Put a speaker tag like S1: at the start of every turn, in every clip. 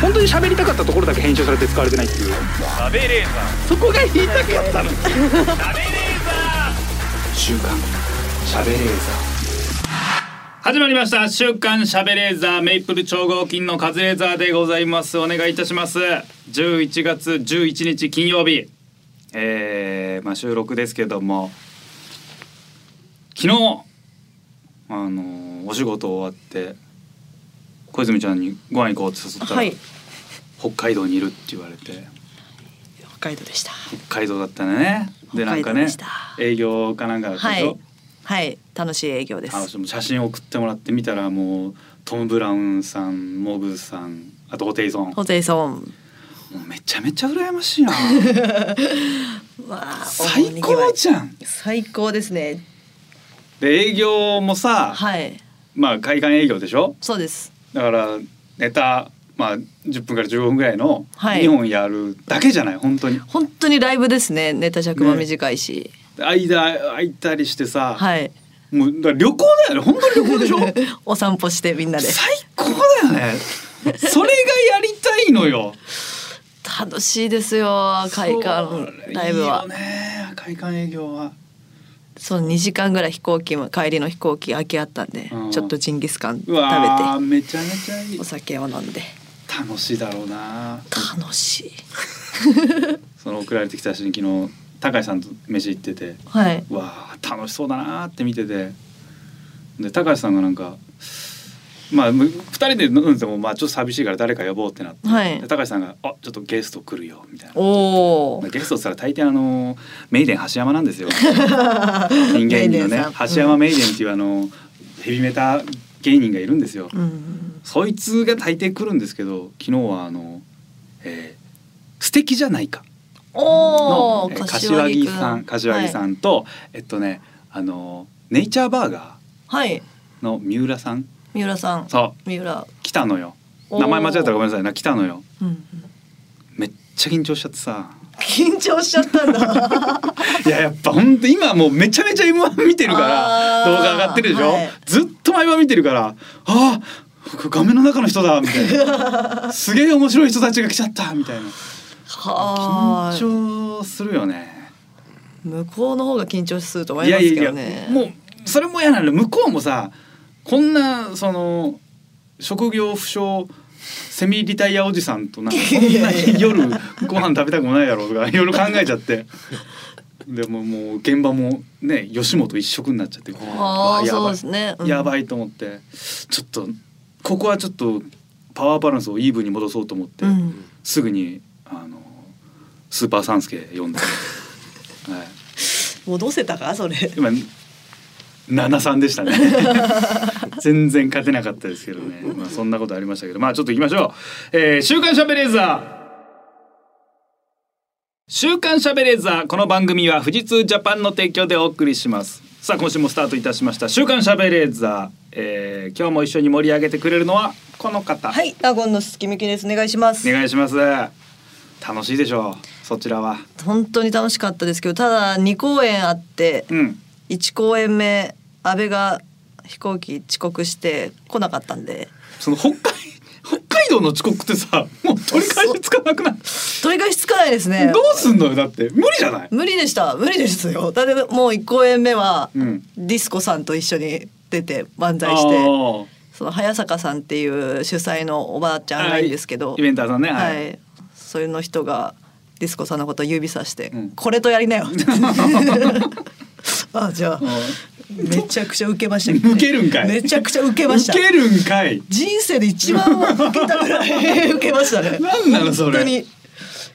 S1: 本当に喋りたかったところだけ編集されて使われてないっていう
S2: ベレーザ
S1: そこが言いたかったの週刊喋れー
S2: 始まりました週刊しゃべレーザーメイプル超合金のカズレーザーでございますお願いいたします11月11日金曜日えー、まあ収録ですけども昨日あのお仕事終わって小泉ちゃんにご飯行こうって誘ったら、
S3: はい
S2: 北海道にいるって言われて
S3: 北海道でした
S2: 北海道だったねでなんか
S3: 北海道
S2: ね
S3: でした
S2: 営業かなんかでしょ、
S3: はいはい楽しい営業で
S2: あの
S3: す
S2: ちょっと写真送ってもらってみたらもうトム・ブラウンさんモグさんあとホテイソンも
S3: ホテイソン
S2: うめちゃめちゃ羨ましい な
S3: わあ
S2: 最高じゃん
S3: 最高ですね
S2: で営業もさ、
S3: はい
S2: まあ海岸営業でしょ
S3: そうです
S2: だからネタまあ10分から15分ぐらいの
S3: はい
S2: 2本やるだけじゃない本当に
S3: 本当にライブですねネタ尺も短いし、
S2: 間空いたりしてさ、
S3: はい
S2: もうだから旅行だよね本当に旅行でしょ
S3: お散歩してみんなで
S2: 最高だよねそれがやりたいのよ
S3: 楽しいですよ海岸ライブは
S2: そういいよね会館営業は
S3: その2時間ぐらい飛行機も帰りの飛行機空きあったんで、
S2: うん
S3: ちょっとジンギスカン
S2: う
S3: 食べて
S2: わーめちゃめちゃいい
S3: お酒を飲んで
S2: 楽しいだろうな
S3: 楽しい
S2: その送られてきた写真昨日高橋さんと飯行ってて
S3: はい、
S2: うわー楽しそうだなーって見ててで高橋さんがなんかまあむ二人で飲んでてもまあちょっと寂しいから誰か呼ぼうってなって、
S3: はい
S2: で高橋さんが「あちょっとゲスト来るよ」みたいな。
S3: おお
S2: ゲストって言ったら大抵あのメイデン橋山なんです よ人間にの
S3: メイデ
S2: ね
S3: ンさん
S2: 橋山メイデンっていうあのヘビメタ芸人がいるんですよ、
S3: うん
S2: そいつが大抵来るんですけど昨日はあの、えー素敵じゃないか
S3: お
S2: の
S3: お、
S2: えー柏木
S3: く
S2: さん柏木さ
S3: はい、
S2: んと、えっとねあのネイチャーバーガ
S3: はい、
S2: ーの三浦さん
S3: 三浦さん
S2: そ
S3: 三浦
S2: う来たのよ
S3: おー
S2: 名前間違えたらごめんなさいな来たのよ
S3: うんうん
S2: めっちゃ緊張しちゃってさ
S3: 緊張しちゃっ たんだ
S2: いややっぱほんと今もうめちゃめちゃ M1 見てるから
S3: あー
S2: 動画上がってるでしょ、
S3: はい
S2: ずっと毎晩見てるからあー画面の中の人だみたい なすげえ面白い人たちが来ちゃったみたいな
S3: はーい
S2: 緊張するよね。
S3: 向こうの方が緊張すると思
S2: い
S3: いま
S2: や
S3: す
S2: い
S3: け
S2: や
S3: ど
S2: い
S3: ね
S2: や、もうそれも嫌なの。向こうもさ、こんなその職業不詳セミリタイアおじさんとなんかこんなに夜ご飯食べたくもないだろうとかいろいろ考えちゃって。 でももう現場もね吉本一色になっちゃって
S3: あ
S2: わ
S3: あ
S2: や
S3: そう
S2: ば
S3: で
S2: い
S3: すね、うん
S2: やばいと思ってちょっとここはちょっとパワーバランスをイーブンに戻そうと思って、
S3: うん
S2: すぐにあのスーパーサンスケ読 んで、はい、
S3: 戻せたかそれ
S2: 今七三で したね全然勝てなかったですけどね、まあ、そんなことありましたけどまあちょっと行きましょう、えー週刊しゃべレーザー週刊しゃべレーザーこの番組は富士通ジャパンの提供でお送りしますさあ今週もスタートいたしました週刊しゃべレーザー、えー今日も一緒に盛り上げてくれるのはこの方、
S3: はいラゴンのすきみきですお願いします
S2: お願いします楽しいでしょうそちらは
S3: 本当に楽しかったですけどただ2公演あって
S2: うん
S3: 1公演目安倍が飛行機遅刻して来なかったんで
S2: その北海北海道の遅刻ってさもう取り返しつかなくない
S3: 取り返しつかないですね
S2: どうすんのよだって無理じゃない
S3: 無理でした無理ですよだってもう1公演目は、
S2: うん
S3: ディスコさんと一緒に出て漫才して
S2: あ
S3: その早坂さんっていう主催のおばあちゃんがいいんですけど、
S2: はいイベンターさんねは
S3: はいい、それの人がディスコさんのことを指さして、
S2: うん
S3: これとや りなよ。 あじゃあめちゃくちゃ受けましたけど、
S2: 受けるんかい
S3: めちゃくちゃ受け
S2: あ
S3: ました
S2: 受けるんかい
S3: 人生で一番受けたぐらい 受けましたね
S2: なんなのそれ
S3: 本当に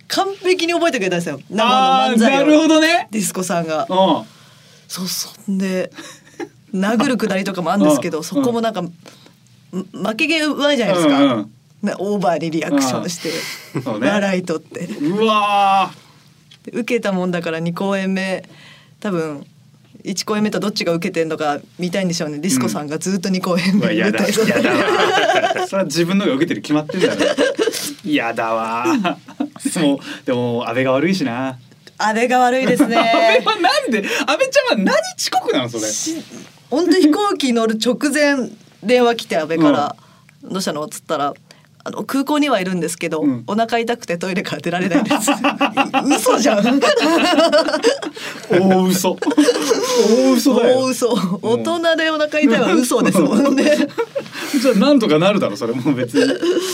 S3: 完璧に覚えてくれたんですよ生
S2: あー
S3: の漫才
S2: な
S3: を
S2: るほどね
S3: ディスコさんが
S2: うん
S3: そうそんで殴るくだりとかもあるんですけ
S2: うん
S3: どそこもなんか、ん負け毛うまいじゃないですか、
S2: うんうん
S3: なオーバーにリアクションして
S2: うんそうね
S3: 笑い取って
S2: うわ
S3: で受けたもんだから2公演目多分1公演目とどっちが受けてんのか見たいんでしょうねディスコさんがずっと2公演
S2: ーうわ
S3: 目
S2: や
S3: 出
S2: だ
S3: たりとか
S2: やだわそれは自分のが受けてる決まってんだ ねやだわでもでも安倍が悪いしな
S3: あれが悪いです
S2: 安倍
S3: ね
S2: はなんで安倍ちゃんは何遅刻なのそれ
S3: し本当飛行機乗る直前電話来て安倍から「どうしたの?」っつったら「あの空港にはいるんですけど、
S2: うん
S3: お腹痛くてトイレから出られないです 嘘じゃん
S2: 大嘘大嘘だ
S3: 大
S2: よ
S3: 嘘大人でお腹痛いは嘘ですもんね
S2: じゃあなんとかなるだろそれもう別に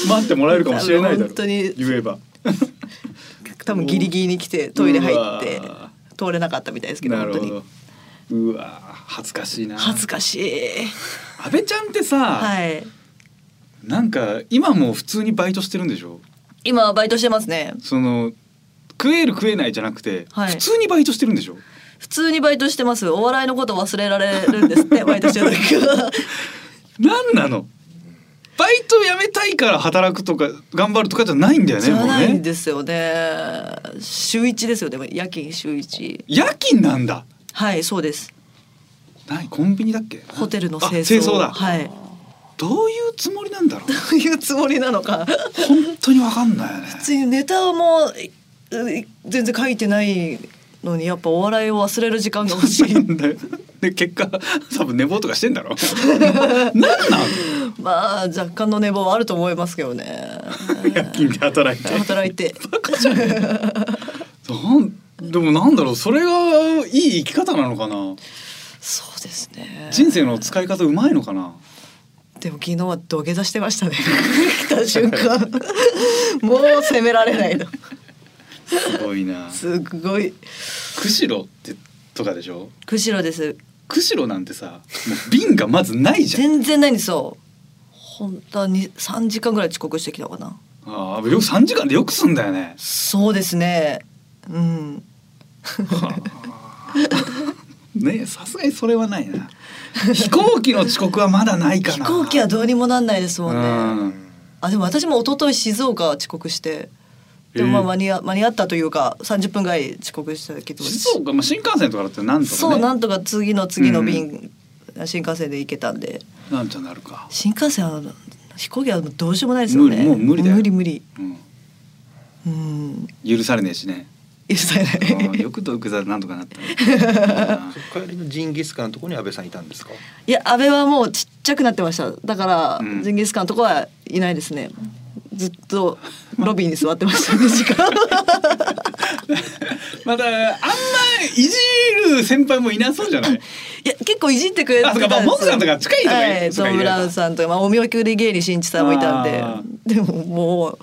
S2: 待ってもらえるかもしれないだろ
S3: 本当に
S2: 言えば
S3: 多分ギリギリに来てトイレ入って
S2: うわ
S3: 通れなかったみたいですけど
S2: な
S3: 本
S2: るほ
S3: 当に
S2: どうわ恥ずかしいな
S3: 恥ずかしい
S2: 安倍ちゃんってさ、
S3: はい
S2: なんか今もう普通にバイトしてるんでしょ
S3: 今バイトしてますね
S2: その食える食えないじゃなくて、
S3: はい
S2: 普通にバイトしてるんでしょ
S3: 普通にバイトしてますお笑いのこと忘れられるんですっ てバイトしてる時は
S2: なんなのバイト辞めたいから働くとか頑張るとかじゃないんだよね
S3: じゃない
S2: もうんね
S3: ですよね週一ですよでも夜勤週一
S2: 夜勤なんだ
S3: はいそうです
S2: ないコンビニだっけ
S3: ホテルの
S2: あ
S3: 清掃
S2: 清掃だ、
S3: はい
S2: どういうつもりなんだろう
S3: というつもりなのか
S2: 本当にわかんないよ ね
S3: ついネタもう全然書いてないのにやっぱお笑いを忘れる時間が欲しい
S2: なんだよ で結果多分寝坊とかしてんだろ なんな
S3: まあ若干の寝坊はあると思いますけどね
S2: の 夜勤で働いて
S3: 働い て
S2: なんでもなんだろうそれがいい生き方なのかな
S3: そうですね
S2: 人生の使い方うまいのかな
S3: でも昨日は土下座してましたね 来た瞬 間もう責められないの
S2: すごいな
S3: すごい
S2: 釧路ってとかでしょ
S3: 釧路です
S2: 釧路なんてさもう瓶がまずないじゃん
S3: 全然ないんですよ本当はに3時間ぐらい遅刻してきたのかな
S2: ああよく3時間でよくすんだよね
S3: そうですねうん
S2: ねえさすがにそれはないな飛行機の遅刻はまだないか
S3: 飛
S2: な
S3: 行機はどうにもなんないですもんね
S2: うん
S3: あでも私も一昨日静岡遅刻してでもま
S2: えー
S3: あ間に合間に合ったというか30分ぐらい遅刻したけど
S2: 静岡、まあ、新幹線とかだってなんとかね
S3: そうなんとか次の次の
S2: う
S3: 便、新幹線で行けたんで
S2: なんちゃなるか、
S3: 新幹線は飛行機はどうしようもないですよね
S2: 無理もう無理だよ
S3: 無理無理
S2: うん、
S3: うん
S2: 許されねえしね
S3: 許されな
S2: うん
S3: い
S2: よくドクザなんとかなったねうん
S4: 帰りのジンギスカンのところに安倍さんいたんですか。
S3: いや安倍はもうちっちゃくなってましただから、
S2: うん
S3: ジンギスカンのとこはいないですねずっ とロビーに座ってましたね時間
S2: またあんまいじる先輩もいなそうじゃない
S3: いや結構いじってくれてたんです
S2: あそうかまあモンスターとか近いとか
S3: はい
S2: そうか
S3: トム・ブラウンさんとか、まあ、お見送り芸人しんいちさんもいたんで
S2: あ
S3: でももう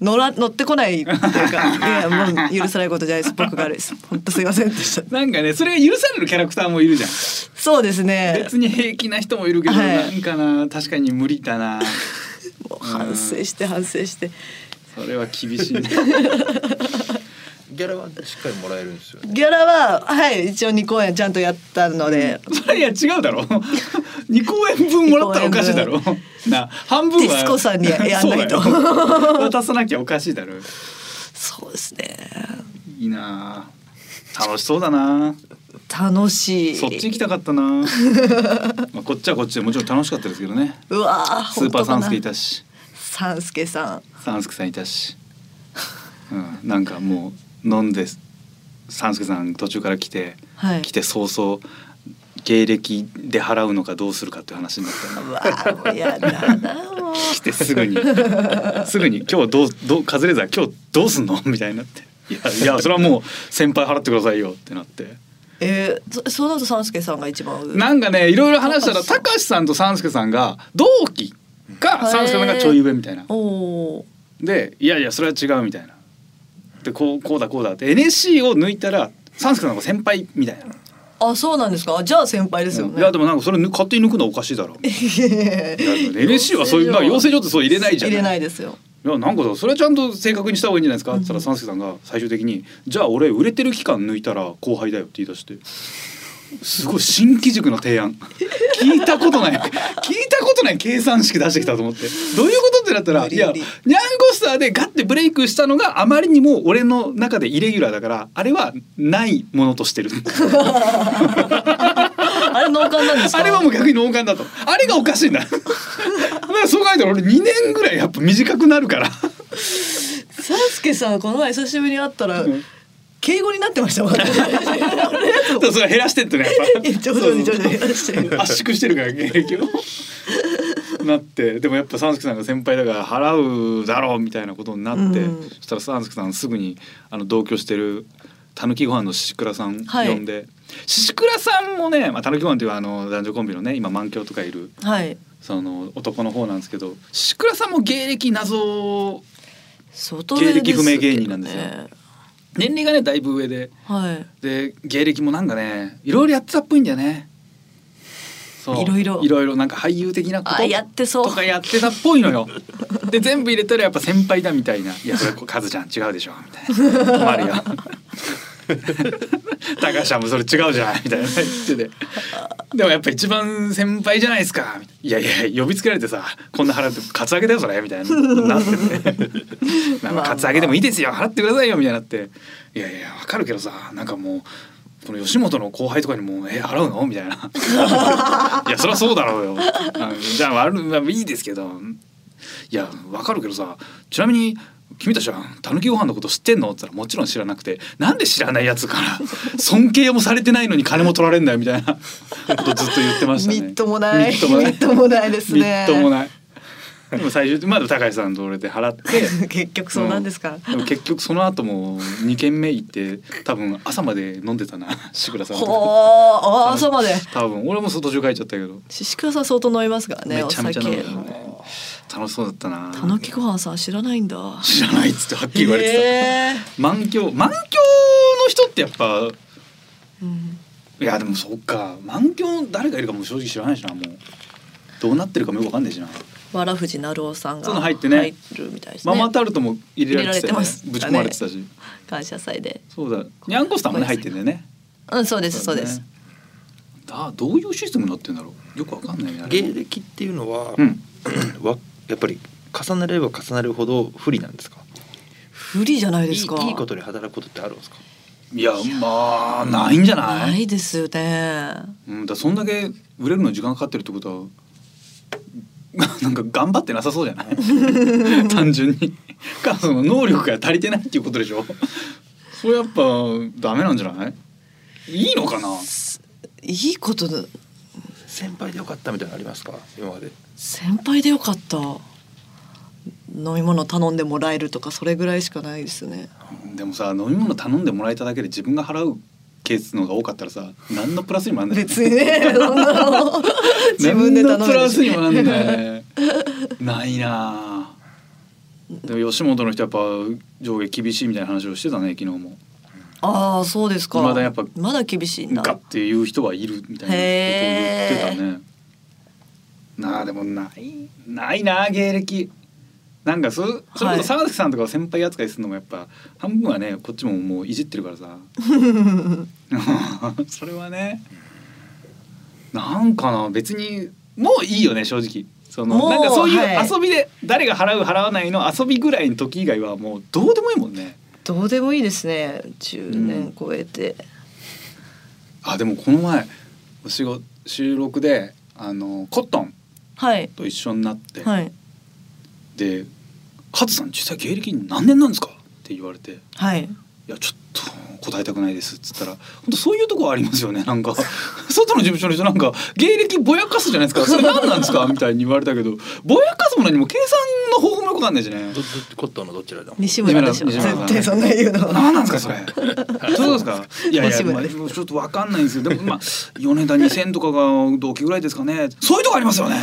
S3: 乗ら乗ってこないってい うかいやもう許されることじゃないです僕が悪いです本当すいませんでした
S2: なんかねそれが許されるキャラクターもいるじゃん
S3: そうですね
S2: 別に平気な人もいるけど、
S3: はい
S2: なんかな確かに無理だな
S3: もう反省して反省して
S2: それは厳しいね
S4: ギャラはしっかりもらえるんですよね。
S3: ギャラははい一応2公演ちゃんとやったので、
S2: それいや違うだろ二公演分もらったらおかしいだろ
S3: 二
S2: な半分は
S3: ディスコさんにややんない と
S2: そうだよ渡さなきゃおかしいだろ
S3: そうですね
S2: いいなあ楽しそうだな
S3: 楽しい
S2: そっち行きたかった なまあこっちはこっちでもちろん楽しかったですけどね
S3: うわー
S2: スーパーサンスケい
S3: 本
S2: たし
S3: 当かなサンスケさん
S2: サンスケさんいたし、うん、なんかもう飲んでサンスケさん途中から来て、
S3: はい
S2: 来て早々芸歴で払うのかどうするかっていう話になって
S3: うわーもうやだなもう
S2: 来てすぐにすぐに「今日どうどうカズレーザー今日どうすんの?」みたいになって「いやいやそれはもう先輩払ってくださいよ」ってなって。
S3: えー、そその後サンスケさんが一番上
S2: なんかねいろいろ話したら
S3: 高
S2: たか
S3: 橋さん
S2: しさんと三助さんが同期か三助さんがちょい上みたいな。
S3: おお
S2: でいやいやそれは違うみたいな。でこうこうだこうだって NSC を抜いたら三助さんの方が先輩みたいな。
S3: あそうなんですかじゃあ先輩ですよ
S2: い
S3: ね、
S2: やでもなんかそれ抜勝手に抜くのはおかしいだろう。
S3: 入
S2: NSC はそういうまあ養成所ってそう入れないじゃん。
S3: 入れないですよ
S2: いやなんかさそれはちゃんと正確にした方がいいんじゃないですかって言ったら三助さんが最終的に「じゃあ俺売れてる期間抜いたら後輩だよ」って言い出してすごい新規塾の提 案聞いたことない聞いたことない計算式出してきたと思ってどういうことってなったら
S3: 無
S2: い
S3: 理無
S2: や
S3: 理
S2: ニャンコスターでガッてブレイクしたのがあまりにも俺の中でイレギュラーだからあれはないものとしてる
S3: あれ農家なんですか
S2: あれはもう逆に脳幹だとあれがおかしいん だだからそう考えたら俺2年ぐらいやっぱ短くなるから。
S3: サンスケさんこの前久しぶりに会ったら、敬語になってましたもんね
S2: だ からそれ減らしてってねやっぱ
S3: 徐々に徐々に減らしてる
S2: 圧縮してるから現役をなってでもやっぱ三助さんが先輩だから払うだろうみたいなことになって、
S3: うん
S2: そしたら三助さんすぐにあの同居してるたぬきご飯のシシクラさん
S3: はい
S2: 呼んで、シシクラさんもね、まあ、たぬきご飯っていうあの男女コンビのね今満響とかいる
S3: はい
S2: その男の方なんですけどシシクラさんも芸歴謎
S3: 外上ですけ
S2: 芸歴
S3: どね
S2: 不明芸人なんですよ年齢がねだいぶ上で
S3: はい
S2: で芸歴もなんかねいろいろやってたっぽいんだよね。そう
S3: いろいろ
S2: いろいろなんか俳優的なこと
S3: あやってそう
S2: とかやってたっぽいのよ。で全部入れたらやっぱ先輩だみたいな「いやそれカズちゃん違うでしょ」みたい な困るよ。高橋さんもそれ違うじゃんみたいな言っててでもやっぱ一番先輩じゃないですかみたいないやいや呼びつけられてさこんな払ってカツアゲだよそれみたいなな っててまあまあカツアゲでもいいですよ払ってくださいよみたいになっていやいやわかるけどさなんかもうこの吉本の後輩とかにも「え払うの?」みたいな「いやそりゃそうだろうよ」あじゃあ悪いまあいいですけどいやわかるけどさちなみに君たちはたぬきご飯のこと知ってんのって言ったらもちろん知らなくてなんで知らないやつから尊敬もされてないのに金も取られんだよみたいなことずっと言ってましたね。
S3: みっともない
S2: みっともない
S3: みっともないですね
S2: みっともないでも最終的にまだ高橋さんと俺で払って
S3: 結局そうなんですか、
S2: でも結局その後も2軒目行って多分朝まで飲んでたな志倉さん
S3: ほー
S2: と
S3: あー朝まで
S2: 多分俺も外中帰っちゃったけど
S3: シシクラさん相当飲みますからね
S2: め
S3: お
S2: ちゃめちゃ飲んで
S3: 酒
S2: たね楽しそうだったな
S3: たぬきご飯さん知らないんだ
S2: 知らないっつってはっきり言われてた、
S3: へ
S2: 満響満響の人ってやっぱ
S3: ーうん
S2: いやでもそっか満響誰がいるかも正直知らないしなもうどうなってるかもよくわかんないしな、
S3: わらふじなるおさん
S2: そ
S3: が
S2: ういうの入ってね
S3: 入るみたいですね
S2: ママタルトも入れられてたよね
S3: 入
S2: ぶ
S3: れ
S2: ち込
S3: られてましたね
S2: まれてたし
S3: 感謝祭で
S2: そうだにゃんこスターもね入ってんだよね
S3: うんそうですそうです
S2: だねだどういうシステムになってんだろうよくわかんないねあれ
S4: 芸歴っていうのは、
S2: うん
S4: わやっぱり重ねれば重なるほど不利なんですか
S3: 不利じゃない
S4: いい
S3: ですか
S4: いいことで働くことってあるんですか
S2: いやまあないんじゃない
S3: ないですよね
S2: うん、だからそんだけ売れるのに時間かかってるってことは なんか頑張ってなさそうじゃない 単純にかその能力が足りてないっていうことでしょそれやっぱダメなんじゃないいいのかない
S3: いことだ
S4: 先輩でよかったみたいなのありますか今まで
S3: 先輩でよかった飲み物頼んでもらえるとかそれぐらいしかないですね
S2: でもさ飲み物頼んでもらえただけで自分が払うケースの方が多かったらさ何のプラスにもなんない
S3: 別にねそんなの 自分で頼
S2: 何のプラスにもな
S3: む
S2: んないないなあでも吉本の人やっぱ上下厳しいみたいな話をしてたね昨日も。
S3: ああそうですか
S2: 未だやっぱ
S3: まだ厳しいんだ
S2: かっていう人はいるみたいなことを言ってたね。なあでもないないなあ芸歴なんかそそれこ
S3: は
S2: そ
S3: い
S2: 沢崎さんとかを先輩扱いするのもやっぱ半分はねこっちももういじってるから さそれはねなんかな別にもういいよね正直そ
S3: も
S2: の
S3: う
S2: なんかそうい
S3: は
S2: う
S3: い
S2: 遊びで誰が払う払わないの遊びぐらいの時以外はもうどうでもいいもんね。
S3: どうでもいいですね10
S2: うん
S3: 年超えて、
S2: あでもこの前お仕事収録であのコットン
S3: はい
S2: と一緒になって、
S3: はい
S2: で「カズさん実際芸歴何年なんですか?」って言われて「
S3: はい
S2: いやちょっと答えたくないです」っつったら「本当そういうとこありますよねなん か外の事務所の人なんか芸歴ぼやかすじゃないですかそれ何なんですか?」みたいに言われたけどぼやかすも何も計算の方法もよくわかんないしね
S4: ど。どコットンのどちらでも
S3: 西村でしょ
S2: 西村西村
S3: 絶対そんな言うの
S2: 何なんですかそれ。そうですか。いやいや、
S3: もし
S2: ま
S3: も
S2: あ、
S3: ね
S2: ちょっとわかんないんですけど、でもまあ米田2000とかが同期ぐらいですかね。そういうとこありますよね。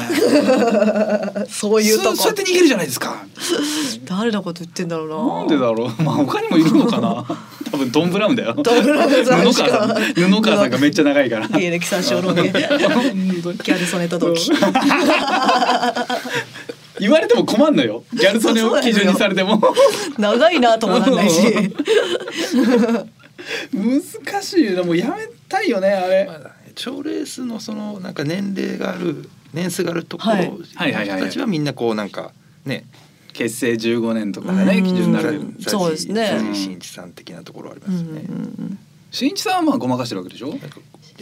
S3: そういうと
S2: そそうや
S3: こ
S2: って逃げるじゃないですか。
S3: 誰のこと言ってんだろうな
S2: なんでだろう。ま あ他にもいるのか な。多分ドンブラウンだよ。
S3: ドンブラウンさん
S2: 布
S3: しか
S2: 川さん。布川さんがめっちゃ長いから。
S3: 芸歴三章の芸
S2: 本当に
S3: ギャル曽根と同期
S2: 言われても困んのよ。ギャル曽根を基準にされても。
S3: 長いなともなんないし
S2: 難しいな。もうやめたいよね、あれ
S4: ま。あ賞レースのそのなんか年齢がある年数があるところ
S3: はい
S4: の人
S2: はいはいはいは
S4: た
S2: い
S4: ちはみんなこうなんかね
S2: 結成15年とかがね、基準にな
S3: う
S2: る。
S3: んそうですね
S4: ザジ新一さん的なところありますよね。
S2: 新一さんはまあごまかしてるわけでしょ。
S4: なんかええどっ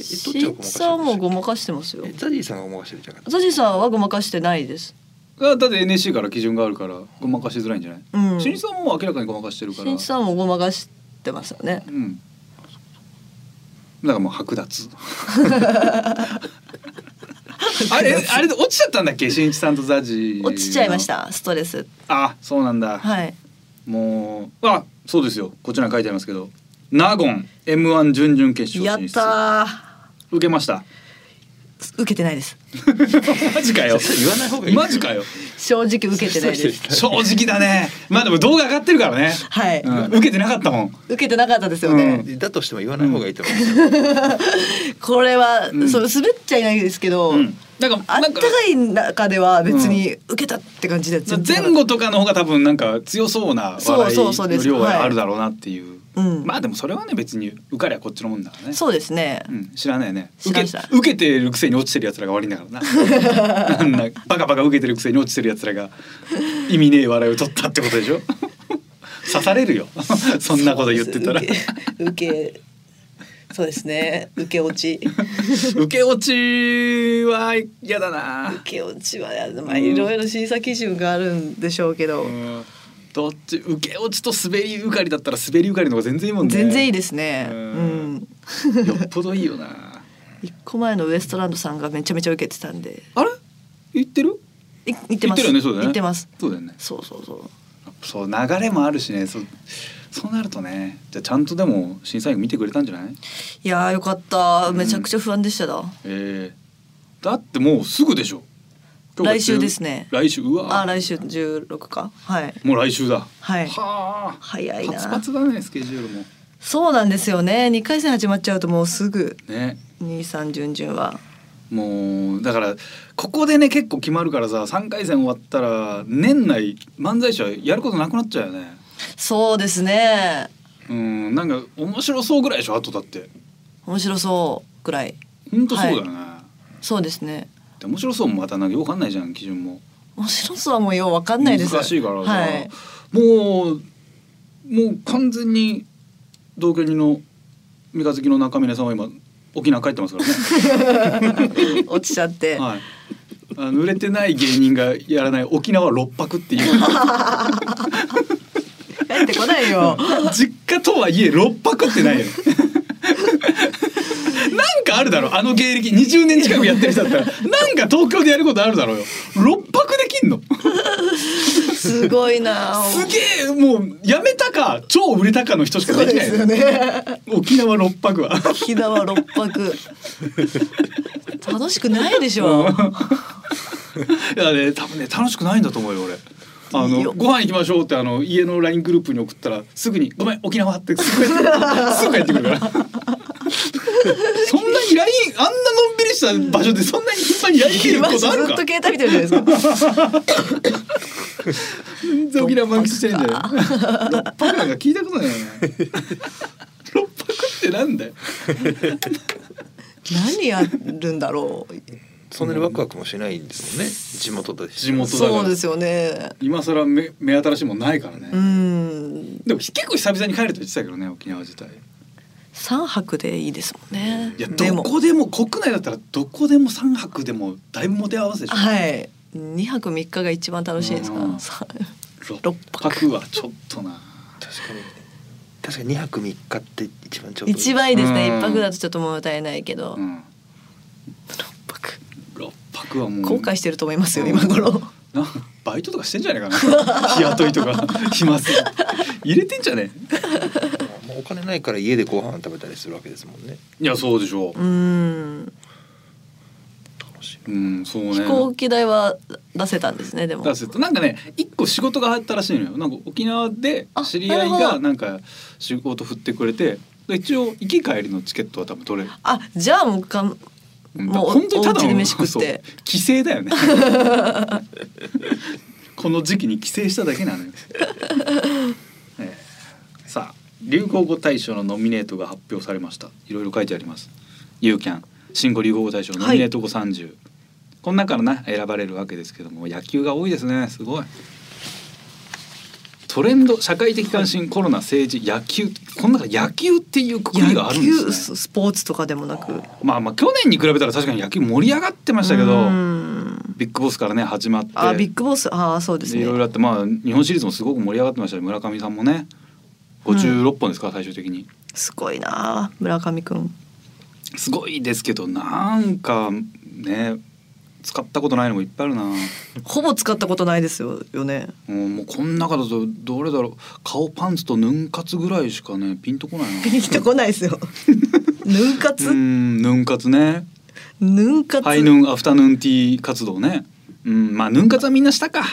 S4: ち
S3: し
S4: が
S3: ん
S4: ごまかしてるんで
S3: い
S4: し
S3: ち
S4: たっけ
S3: さんもごまかしてますよ
S4: えザジーさんがごまかしてるじゃなかった。
S3: ザジさんはごまかしてないです
S2: あだって NSC から基準があるからごまかしづらいんじゃない、
S3: うん
S2: 新一さんはもう明らかにごまかしてるから
S3: しんいちさんもごまかしてますよね
S2: うん だからもう剥奪あれあれで落ちちゃったんだっけ新一さんとザジの
S3: 落ちちゃいましたストレス
S2: あそうなんだ、
S3: はい
S2: もうあそうですよこちらに書いてありますけどナゴン M1 準々決
S3: や
S2: 勝進
S3: っ
S2: 出
S3: たー
S2: 受けました
S3: 受けてないです
S2: マジ かよ
S4: 言わない方がいい
S2: マジかよ
S3: 正直受けてないです
S2: 正直だねまあでも動画上がってるからね、
S3: はい、
S2: うん、受けてなかったもん
S3: 受けてなかったですよね、
S4: だとしても言わない方がいいと思います。
S3: これは、
S2: うん
S3: そう滑っちゃいないですけど、
S2: うんだから
S3: あっ
S2: な
S3: た
S2: んか
S3: かい中では別に受けたって感じで全然
S2: 前後とかの方が多分なんか強そうな
S3: そう
S2: 笑い
S3: そうそうで
S2: の
S3: す
S2: 量
S3: はい
S2: があるだろうなっていう
S3: うん
S2: まあでもそれはね別に受かりゃこっちのもんだからね
S3: そうですね、
S2: うん、知らないよね
S3: 知らん
S2: 受
S3: 知
S2: け
S3: らん
S2: 受けてるくせに落ちてるやつらが悪いんだ からなあんなバカバカ受けてるくせに落ちてるやつらが意味ねえ笑いを取ったってことでしょ刺され るよそんなこと言ってたら
S3: 受け受けそうですね受け 落ち
S2: 受け落ちは嫌だな
S3: 受け落ちはまあいろいろ審査基準があるんでしょうけど、
S2: うんどっち受け落ちと滑り受かりだったら滑り受かりの方が全然いいもんね
S3: 全然いい
S2: で
S3: ですね
S2: う
S3: うんん、
S2: す よっぽどいいよな
S3: 一個前のウエストランドさんがめちゃめちゃ受けてたんで
S2: あれ言ってる
S3: い行って
S2: 言っ
S3: ます
S2: てるよねそうだよね
S3: 行ってます
S2: そうだよね
S3: そうそうそう
S2: そう流れもあるしねそうそうなるとねじゃあちゃんとでも審査員見てくれたんじゃない
S3: いやーよかった
S2: うん
S3: めちゃくちゃ不安でしただ、
S2: えー、だってもうすぐでしょ今日が
S3: 来週ですね
S2: 来週うわ
S3: あ来週16かはい
S2: もう来週だ
S3: はい
S2: はあ
S3: 早いな
S2: パツパツだねスケジュールも
S3: そうなんですよね2回戦始まっちゃうともうすぐ
S2: ね
S3: 23順々は
S2: もうだからここでね結構決まるからさ3回戦終わったら年内漫才師はやることなくなっちゃうよね
S3: そうですね
S2: うんなんか面白そうぐらいでしょあとだって
S3: 面白そうぐらい
S2: ほんとそうだよね、
S3: そうですね
S2: で面白そうもまたなんかよくわかんないじゃん基準も
S3: 面白そうはもうようわかんないです
S2: 難しいからさ、
S3: はい
S2: もうもう完全に同居人の三日月の中峰さんは今沖縄帰ってますからね、
S3: 落ちちゃって、
S2: はい、あの売れてない芸人がやらない沖縄六泊っていう
S3: 帰ってこないよ
S2: 実家とはいえ六泊って ないよねなんかあるだろうあの芸歴20年近くやってる人だったらなんか東京でやることあるだろうよ六泊できんの
S3: すごいな
S2: すげえもうやめたか超売れたかの人しか
S3: そう
S2: でき
S3: で
S2: ない
S3: す
S2: よ
S3: よね
S2: 沖縄六泊は
S3: 沖縄六泊楽しくないでしょ
S2: いやね多分ね楽しくないんだと思うよ俺。あ
S3: いい
S2: の
S3: よ
S2: ご飯行きましょうってあの家の LINE グループに送ったらすぐに「ごめん沖縄」ってすぐ帰ってくるすぐ帰ってくるから そんなに LINE あんなのんびりした場所でそんなに頻繁に LINE 見る
S3: 今
S2: こ
S3: ず
S2: と
S3: っ
S2: ある
S3: と
S2: か
S3: 携帯見てるじゃないですか
S2: 全然沖縄満喫してるんだよ六泊なんか聞いたことないよね六泊ってなんだよ
S3: 何やるんだろう。
S4: そんなにワクワクもしないんですもんね。地元だし。
S2: 地元だか
S3: そう
S2: ら
S3: ですよね。
S2: 今更目目新しいもんないからね、
S3: うん。
S2: でも結構久々に帰ると言ってたけどね沖縄自体
S3: 三泊でいいですもんね。
S2: いや
S3: で
S2: ど
S3: も
S2: こでも国内だったらどこでも3泊でもだいぶ持て合わせでしょ、
S3: はい。二泊三日が一番楽しいですか
S2: うん
S3: ら。さ
S2: 6泊はちょっとな
S4: 確かに。確かに二泊三日って一番ちょうどいい
S3: 一番いいですね。
S2: うん
S3: 一泊だとちょっと物足りないけど
S2: う。ん
S3: 六泊。
S2: 6泊はもう
S3: 後悔してると思いますよ。今頃。
S2: なバイトとかしてんじゃないかな 日雇いとか暇すぎて入れてんじゃね
S4: もうお金ないから家でご飯食べたりするわけですもんね。
S2: いやそうでしょう
S3: うん。
S4: 楽しい。
S2: うんそうね
S3: 飛行機代は出せたんですね。でも。
S2: 出せたなんかね一個仕事が入ったらしいのよなんか沖縄で
S3: あ
S2: 知り合い
S3: なるほ
S2: が
S3: ど
S2: なんか仕事振ってくれてで一応行き帰りのチケットは多分取れる
S3: あ、じゃあもうかん。もうお
S2: 本当にただ
S3: お
S2: の
S3: 家で飯食っ
S2: そう
S3: て。
S2: 帰省だよね この時期に帰省しただけなのよ、ええさあ流行語大賞のノミネートが発表されましたいろいろ書いてありますユーキャン新語・流行語大賞ノミネート語30、この中のな選ばれるわけですけども野球が多いですねすごいトレンド社会的関心、コロナ政治野球この中野球っていうくくりがある
S3: 野
S2: んですね
S3: 球、スポーツとかでもなく。
S2: まあまあ去年に比べたら確かに野球盛り上がってましたけど、
S3: うん
S2: ビッグボスからね始まって
S3: あ、ビッグボス。ああ、そうです
S2: で
S3: ね。
S2: いろいろあってまあ日本シリーズもすごく盛り上がってましたね村上さんもね56本ですから、最終的に
S3: すごいなあ村上くん。
S2: すごいですけどなんかね使ったことないのもいっぱいあるな。
S3: ほぼ使ったことないですよよね
S2: うん、もうこん中だとどれだろう顔パンツとヌン活ぐらいしかねピンとこないな。
S3: ピンとこないですよ ヌン活
S2: うんヌン活ね。
S3: ヌン活
S2: ハイヌンアフタヌーンティー活動ね。うんまあヌン活はみんなしたか。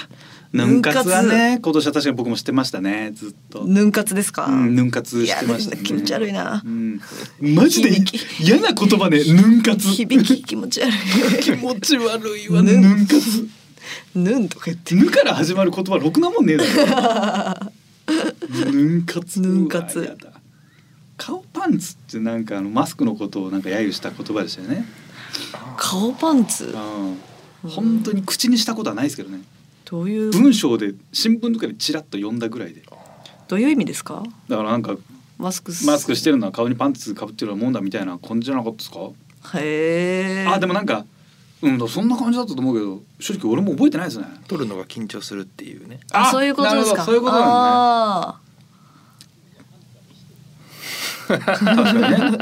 S2: ヌン活はね今年は確かに僕もしてましたねずっと。
S3: ヌン活ですか、
S2: うんヌン活してました
S3: い
S2: ね。
S3: や気持ち悪いな
S2: うんマジでい
S3: 響
S2: 嫌な言葉ねヌン活。
S3: 響き気持ち悪
S2: 気
S3: い
S2: 持ち悪い わね。
S3: ヌン
S2: ヌン活。
S3: ヌンとか言って
S2: ぬから始まる言葉ろくなもんねえだろ。ぬんかつ。
S3: ぬんかつ
S2: うわやだ顔パンツってなんかあのマスクのことをなんか揶揄した言葉でしたよね。
S3: 顔パンツ
S2: うん。本当に口にしたことはないですけどね。
S3: どういう
S2: 文章で新聞とかでちらっと読んだぐらいで。
S3: どういう意味ですか
S2: だからなんか
S3: マスク
S2: マスクしててるのは顔にパンツかぶってるようなもんだみたいな感じじゃなかったですか。
S3: へえ
S2: あでもなんか。うん、だからそんな感じだったと思うけど正直俺も覚えてないですね
S4: 取るのが緊張するっていうね
S3: あそういうことです
S2: なるほど
S3: か
S2: そういうことなんですね
S3: あ
S2: 確かにね、う ん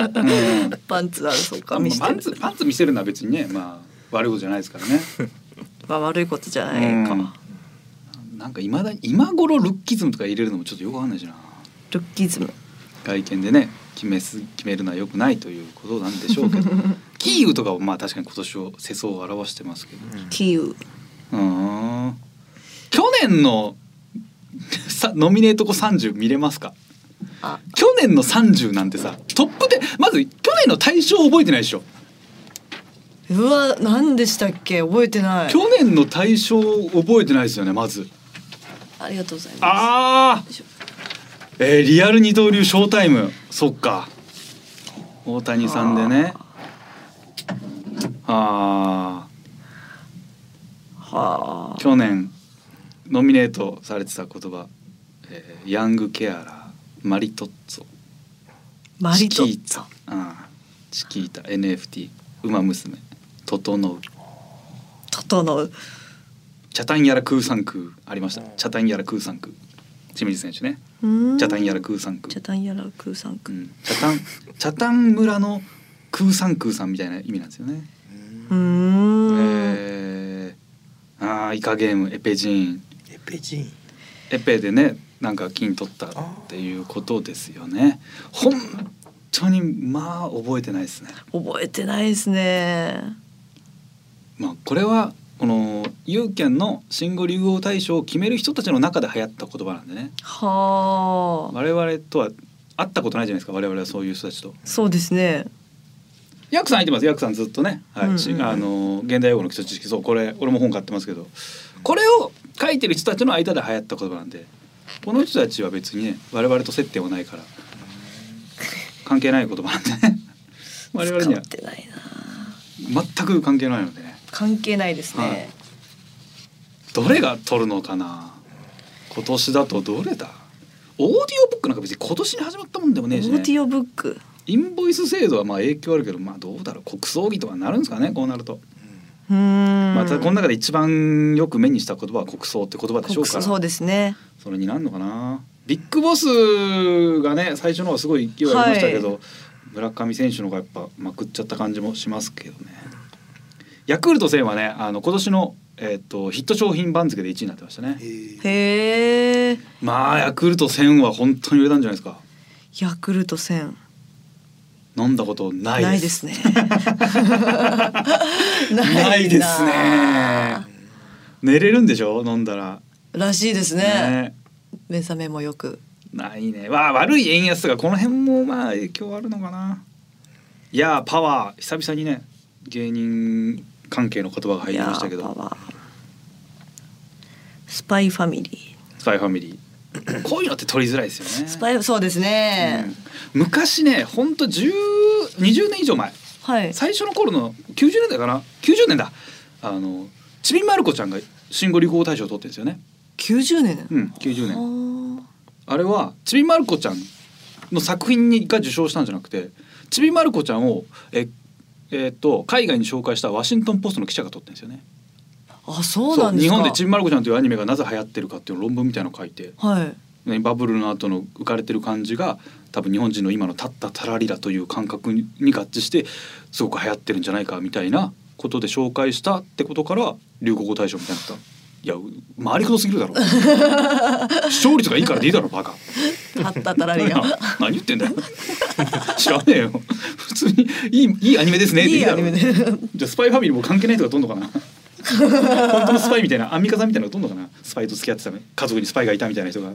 S3: ーパンツあるそうか
S2: ま
S3: 見
S2: あ
S3: せ
S2: パ
S3: て
S2: ンツ
S3: る
S2: パンツ見せるのは別にね、まあ、悪いことじゃないですからね。
S3: まあ悪いことじゃな
S2: う
S3: いか
S2: んなんか今だ今頃ルッキズムとか入れるのもちょっとよくわかんないしな。
S3: ルッキズム
S2: 外見でね決めす決めるのは良くないということなんでしょうけ どキーウとかはまあ確かに今年を世相を表してますけど。
S3: キーウ
S2: うーん去年の さノミネート後30見れますか
S3: あ
S2: 去年の30なんてさトップでまず去年の大賞覚えてないでしょ。
S3: うわ何でしたっけ覚えてない
S2: 去年の大賞覚えてないですよねまず。
S3: ありがとうございます
S2: ああ
S3: よいしょ、
S2: えーリアル二刀流ショータイムそっか大谷さんでねあ
S3: は
S2: ー去年ノミネートされてた言葉、えーヤングケアラーマリトッツォ
S3: マリト
S2: チ
S3: ッ
S2: キー
S3: ツ
S2: タ
S3: ォ、
S2: うん、チキータ NFT ウマ娘整う
S3: トトの
S2: チャタンヤラ空三空ありましたチャタンヤラ空三空清水選手ねチ
S3: チ
S2: ャタンヤラ空三空
S3: チャタンヤラクーサン
S2: う
S3: ク
S2: ん、チャタン、チャタン村の空産空さんみたいな意味なんですよね。
S3: うー
S2: え
S3: ん
S2: えーああ、イカゲームエペジーン、
S4: エペジン
S2: エペでね、なんか金取ったっていうことですよね。本当にまあ覚えてないですね。
S3: 覚えてないですね
S2: まあこれはこの有権の新語・流行大賞を決める人たちの中で流行った言葉なんでね。
S3: はあ
S2: 我々とは会ったことないじゃないですか。我々はそういう人たちと。
S3: そうですね
S2: ヤクさん入ってます。ヤクさんずっとね、はい、
S3: うんうん
S2: しあの現代用語の基礎知識、そうこれ俺も本買ってますけど、これを書いてる人たちの間で流行った言葉なんで、この人たちは別にね我々と接点はないから関係ない言葉なんで ね、我々には
S3: 使ってないな
S2: 全く関係ないのでね。
S3: 関係ないですね、
S2: はいどれが取るのかな。今年だとどれだ。オーディオブックなんか別に今年に始まったもんでも
S3: オ
S2: ねえし
S3: ーデ
S2: ね。
S3: ィオブック
S2: インボイス制度はまあ影響あるけど、まあどうだろう。国葬儀とかになるんですかね。こうなると。
S3: うーん
S2: まあ、ただこの中で一番よく目にした言葉は国葬って言葉でしょう
S3: 国
S2: か
S3: 葬
S2: ら
S3: そう
S2: そ
S3: ですね
S2: れになるのかなビッグボスがね最初の方はすごい勢いありましたけど、村上選手の方がやっぱまくっちゃった感じもしますけどねヤクルト1000はねあの今年の、えー、とヒット商品番付で1位になってましたね
S3: へえ
S2: まあヤクルト1000は本当に売れたんじゃないですか
S3: ヤクルト1000
S2: 飲んだことないです
S3: ないで すねな
S2: ないですね寝れるんでしょ飲んだら
S3: らしいですね
S2: ね
S3: 目覚めもよく
S2: ないね。わあ悪い円安とかこの辺もまあ影響あるのかな。いやーパワー久々にね芸人関係の言葉が入りましたけ
S3: いやーパ
S2: ど。
S3: ワースパイファミリ
S2: スパイファミリー。こういうのって取りづらいですよ
S3: ー
S2: ね。
S3: スパイそうですね、
S2: うん昔ねほんと10 20年以上前
S3: はい
S2: 最初の頃の90年代かな90年だあのちびまる子ちゃんが新語・流行語大賞を取ってるんですよね。
S3: 90年、
S2: うん90年。
S3: 年
S2: あれはちびまる子ちゃんの作品にが受賞したんじゃなくてちびまる子ちゃんをええーっと海外に紹介したワシントン・ポストの記者が撮ってるんですよね。
S3: あそうなんです
S2: 日
S3: か
S2: 本でちびまる子ちゃんというアニメがなぜ流行ってるかっていう論文みたいなのを書いて、
S3: はい
S2: ね、バブルの後の浮かれてる感じが多分日本人の今の「たったたらりら」という感覚にに合致してすごく流行ってるんじゃないかみたいなことで紹介したってことから流行語大賞みたいになった。いや回りくどすぎるだ ろ視聴率がいいからでいいだろバカ
S3: はったたらりが
S2: 何言ってんだよ 知らねえよ普通にいいいいアニメですねで
S3: いい
S2: だ
S3: ア
S2: ろ
S3: ニメで
S2: じゃあスパイファミリーも関係ないとかとんのかな本当のスパイみたいなアンミカさんみたいなのがとんのかなスパイと付き合ってたね家族にスパイがいたみたいな人が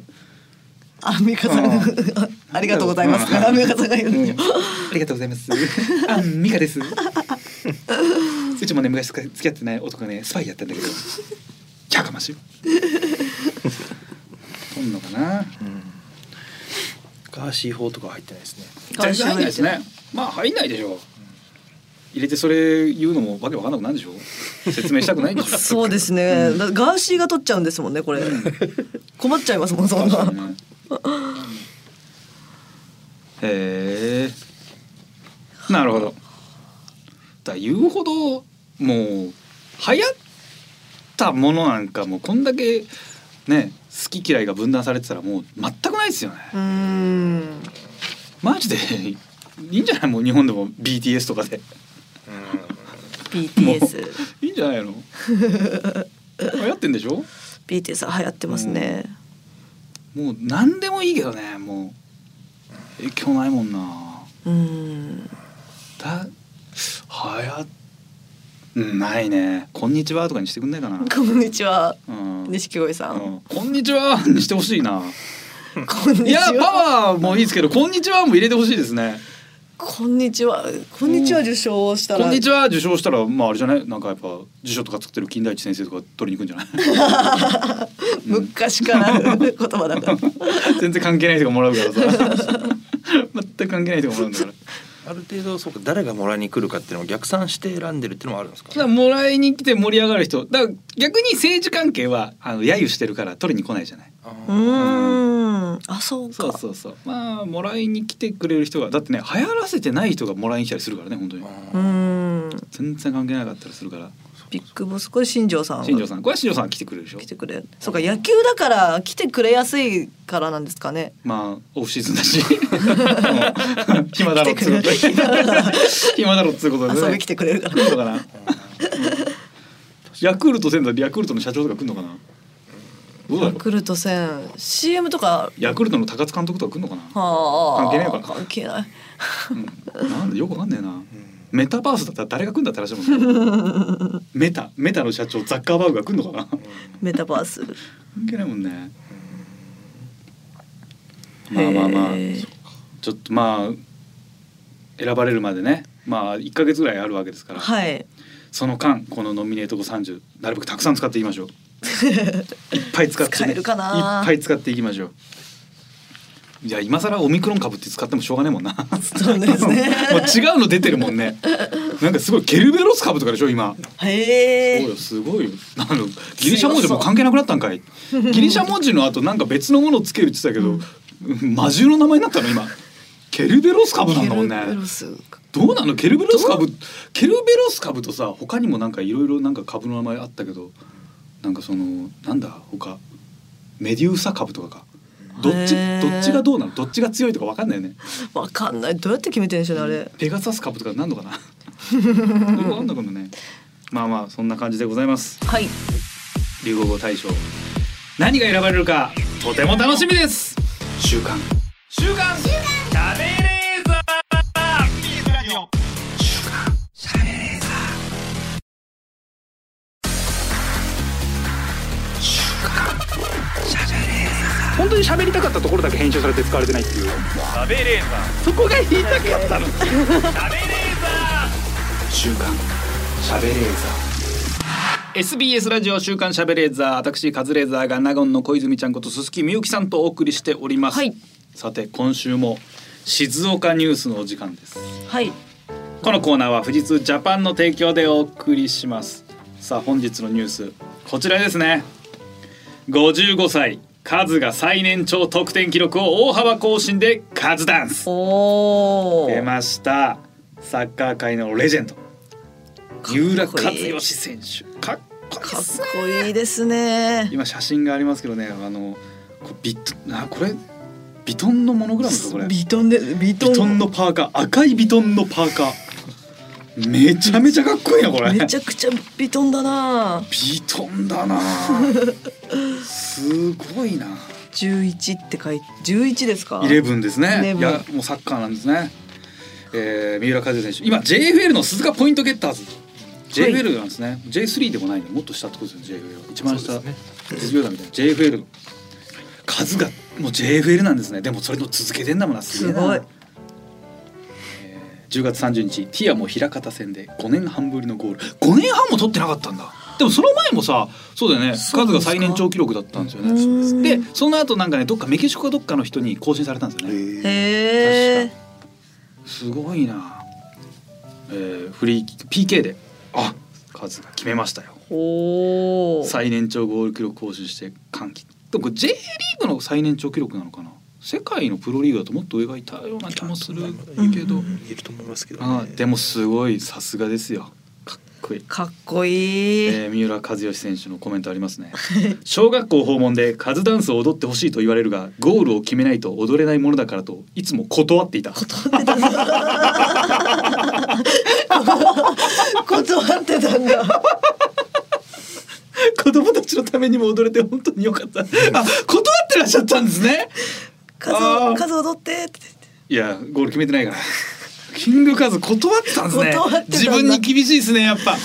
S3: アンミカさん
S2: うん
S3: が ありがとうございます
S2: うん
S3: アンミカさんが言う
S2: うんん
S3: でしょ
S2: ありがとうござい ます。あ、ミカです。うちもね、昔付き合ってない男がね、スパイやったんだけど。やかましいわ。とんのかな。
S4: ガーシー法とか入ってないですね
S2: 全然入んないですね。まあ、入んないでしょう。入れてそれ言うのもわけわかんなくなんでしょう。説明したくないん でしょ
S3: そうですね、だガーシーが取っちゃうんですもんねこれ困っちゃいますもんそんな
S2: 確かにね へえなるほどだ言うほどもう流行ったものなんかもうこんだけね好き嫌いが分断されてたらもう全くないですよね
S3: うーん
S2: マジでいいんじゃないもう日本でも BTS とかで
S3: BTS
S2: いいんじゃないの流行ってんでしょ
S3: BTS は流行ってますね、
S2: もう何でもいいけどねもう影響ないもんな
S3: うーん
S2: だはやうんないね「こんにちは」とかにしてくんないかな、
S3: こんにちは
S2: うん
S3: 錦鯉さ、
S2: うんんこんにちは」にしてほしいな
S3: こ んに
S2: い
S3: ち
S2: や
S3: は
S2: パワーもいいですけど「こんにちは」も入れてほしいですね
S3: こんにちはこんにちは受賞
S2: 「
S3: したら
S2: こんにちは」受賞したらまああれじゃないなんかやっぱ辞書とか作ってる金田一先生とか取りに行くんじゃ ない
S3: 昔からあ る言葉だから
S2: 全然関係ない人がもらうからさ 全く関係ない人がもらうんだから
S4: ある程度そうか誰がもらいに来るかっていうのを逆算して選んでるっていうのもあるんですか
S2: だからもらいに来て盛り上がる人だから逆に政治関係はあの揶揄してるから取りに来ないじゃない
S4: あ
S3: う
S4: ー
S3: ーんあそうか
S2: そうそうそうまあもらいに来てくれる人がだってね流行らせてない人がもらいに来たりするからね本当に
S3: うーん
S2: 全然関係なかったりするから
S3: ビッグボスこれ新庄さんが
S2: 新庄さんこれは新庄さん来てくれるでしょ
S3: 来てくれるそうか野球だから来てくれやすいからなんですかね
S2: まあオフシーズンだ しうん暇だろっつうことで暇だろっつうことで
S3: 遊
S2: ね
S3: び来てくれるから
S2: 来るのかなヤクルト仙台でヤクルトの社長とか来るのかなどうだ
S3: ヤ
S2: ろう
S3: クルト戦 CM とか
S2: ヤクルトの高津監督とか来るのかな 関
S3: はあ
S2: 係ないのか
S3: 関係ない
S2: うんなんでよくわかんねえな。メタバースだったら誰が来んだって話だも んね。メタメタの社長ザッカーバーグが来んのかな。
S3: メタバース
S2: 関係ないもんね。まあまあまあ
S3: へえ
S2: ちょっとまあ選ばれるまでね。まあ一ヶ月ぐらいあるわけですから。
S3: はい
S2: その間このノミネート後三十なるべくたくさん使っていきましょう。 いっぱい使って、
S3: 使えるかない
S2: っぱい使っていきましょう。いや今更オミクロン株って使ってもしょうがねえもんな。
S3: そうですね
S2: もう違うの出てるもんね。なんかすごいケルベロス株とかでしょ今。
S3: へ
S2: そう
S3: え
S2: よすごいよ。あのギリシャ文字も関係なくなったんかい。ギリシャ文字の後なんか別のものをつけるって言ってたけど、魔獣の名前になったの今。ケルベロス株なんだもんね。
S3: ケルベロス
S2: どうなのケルベロス株ケルベロス株とさ他にもなんかいろいろなんか株の名前あったけどなんかそのなんだ他メデューサ株とかかどっち
S3: へー
S2: どっちがどうなのどっちが強いとかわかんないよね
S3: わかんないどうやって決めてんでしょうねあれ
S2: ペガサス株とかなん のかなよくわかんなくもねまあまあそんな感じでございます
S3: はい
S2: 流行語大賞何が選ばれるかとても楽しみです
S1: 週刊
S2: 週刊しゃべれーザー
S1: 本当に喋りたかったところだけ編集されて使われてないっていう喋れーザーそこが言いたかったの喋れーザー週刊喋れーザー
S2: SBS ラジオ週刊しゃべれーザー私カズレーザーが納言の小泉ちゃんこと鈴木みゆきさんとお送りしております、
S3: はい
S2: さて今週も静岡ニュースのお時間です
S3: はい
S2: このコーナーは富士通ジャパンの提供でお送りしますさあ本日のニュースこちらですね55歳カズが最年長得点記録を大幅更新でカズダンス
S3: おお
S2: 出ましたサッカー界のレジェンド三浦
S3: かっこ
S2: 知
S3: いい
S2: 良選手かっこいい
S3: か
S2: っ
S3: っ
S2: すね
S3: こいいですね
S2: 今写真がありますけどねあのこれビトあこれビトンのモノグラムですかこれビ
S3: ビトンでビトン
S2: トンのパーカー赤いビトンのパーカーめちゃめちゃかっこいいなこれ
S3: めちゃくちゃビトンだな
S2: ビトンだなすごいな
S3: 11って書いて11ですか
S2: イレブンですね
S3: 11
S2: いやもうサッカーなんですね、えー、三浦和也選手今 JFL の鈴鹿ポイントゲッターズ JFL なんですね、J3 でもないねもっと下ってことですよね JFL は一番
S4: そ
S2: 下
S4: うで
S2: 実業団みたいな JFL の数がもう JFL なんですねでもそれと続けてんだもんなすげえな
S3: すごい
S2: えー10月30日ティアも平方戦で5年半ぶりのゴール5年半も取ってなかったんだでもその前もさそうだよね
S3: そう
S2: 数
S3: で
S2: が
S3: すか
S2: 最年長記録だったんですよ
S3: う
S2: ね
S3: ーん
S2: でその後なんかねどっかメキシコかどっかの人に更新されたんですよね
S3: へえ
S2: すごいな、えーフリーキック PK であ数が決めましたよ
S3: おお
S2: 最年長ゴール記録更新して歓喜でもこれ J リーグの最年長記録なのかな世界のプロリーグだともっと上がいたような気もするけど、
S3: うん
S4: いると思いますけど、ね。
S2: あーでもすごいさすがですよかっこいい、
S3: かっこいい、
S2: えー三浦知良選手のコメントありますね 小学校訪問でカズダンスを踊ってほしいと言われるがゴールを決めないと踊れないものだからといつも断っていた
S3: 断ってたんだ
S2: 子供たちのためにも踊れて本当に良かった。あ、断ってらっしゃったんですね。あー
S3: 数数踊ってって
S2: いや、ゴール決めてないから。キングカズ断ってたんですね
S3: 断ってたんだ
S2: 自分に厳しいですね、やっぱ。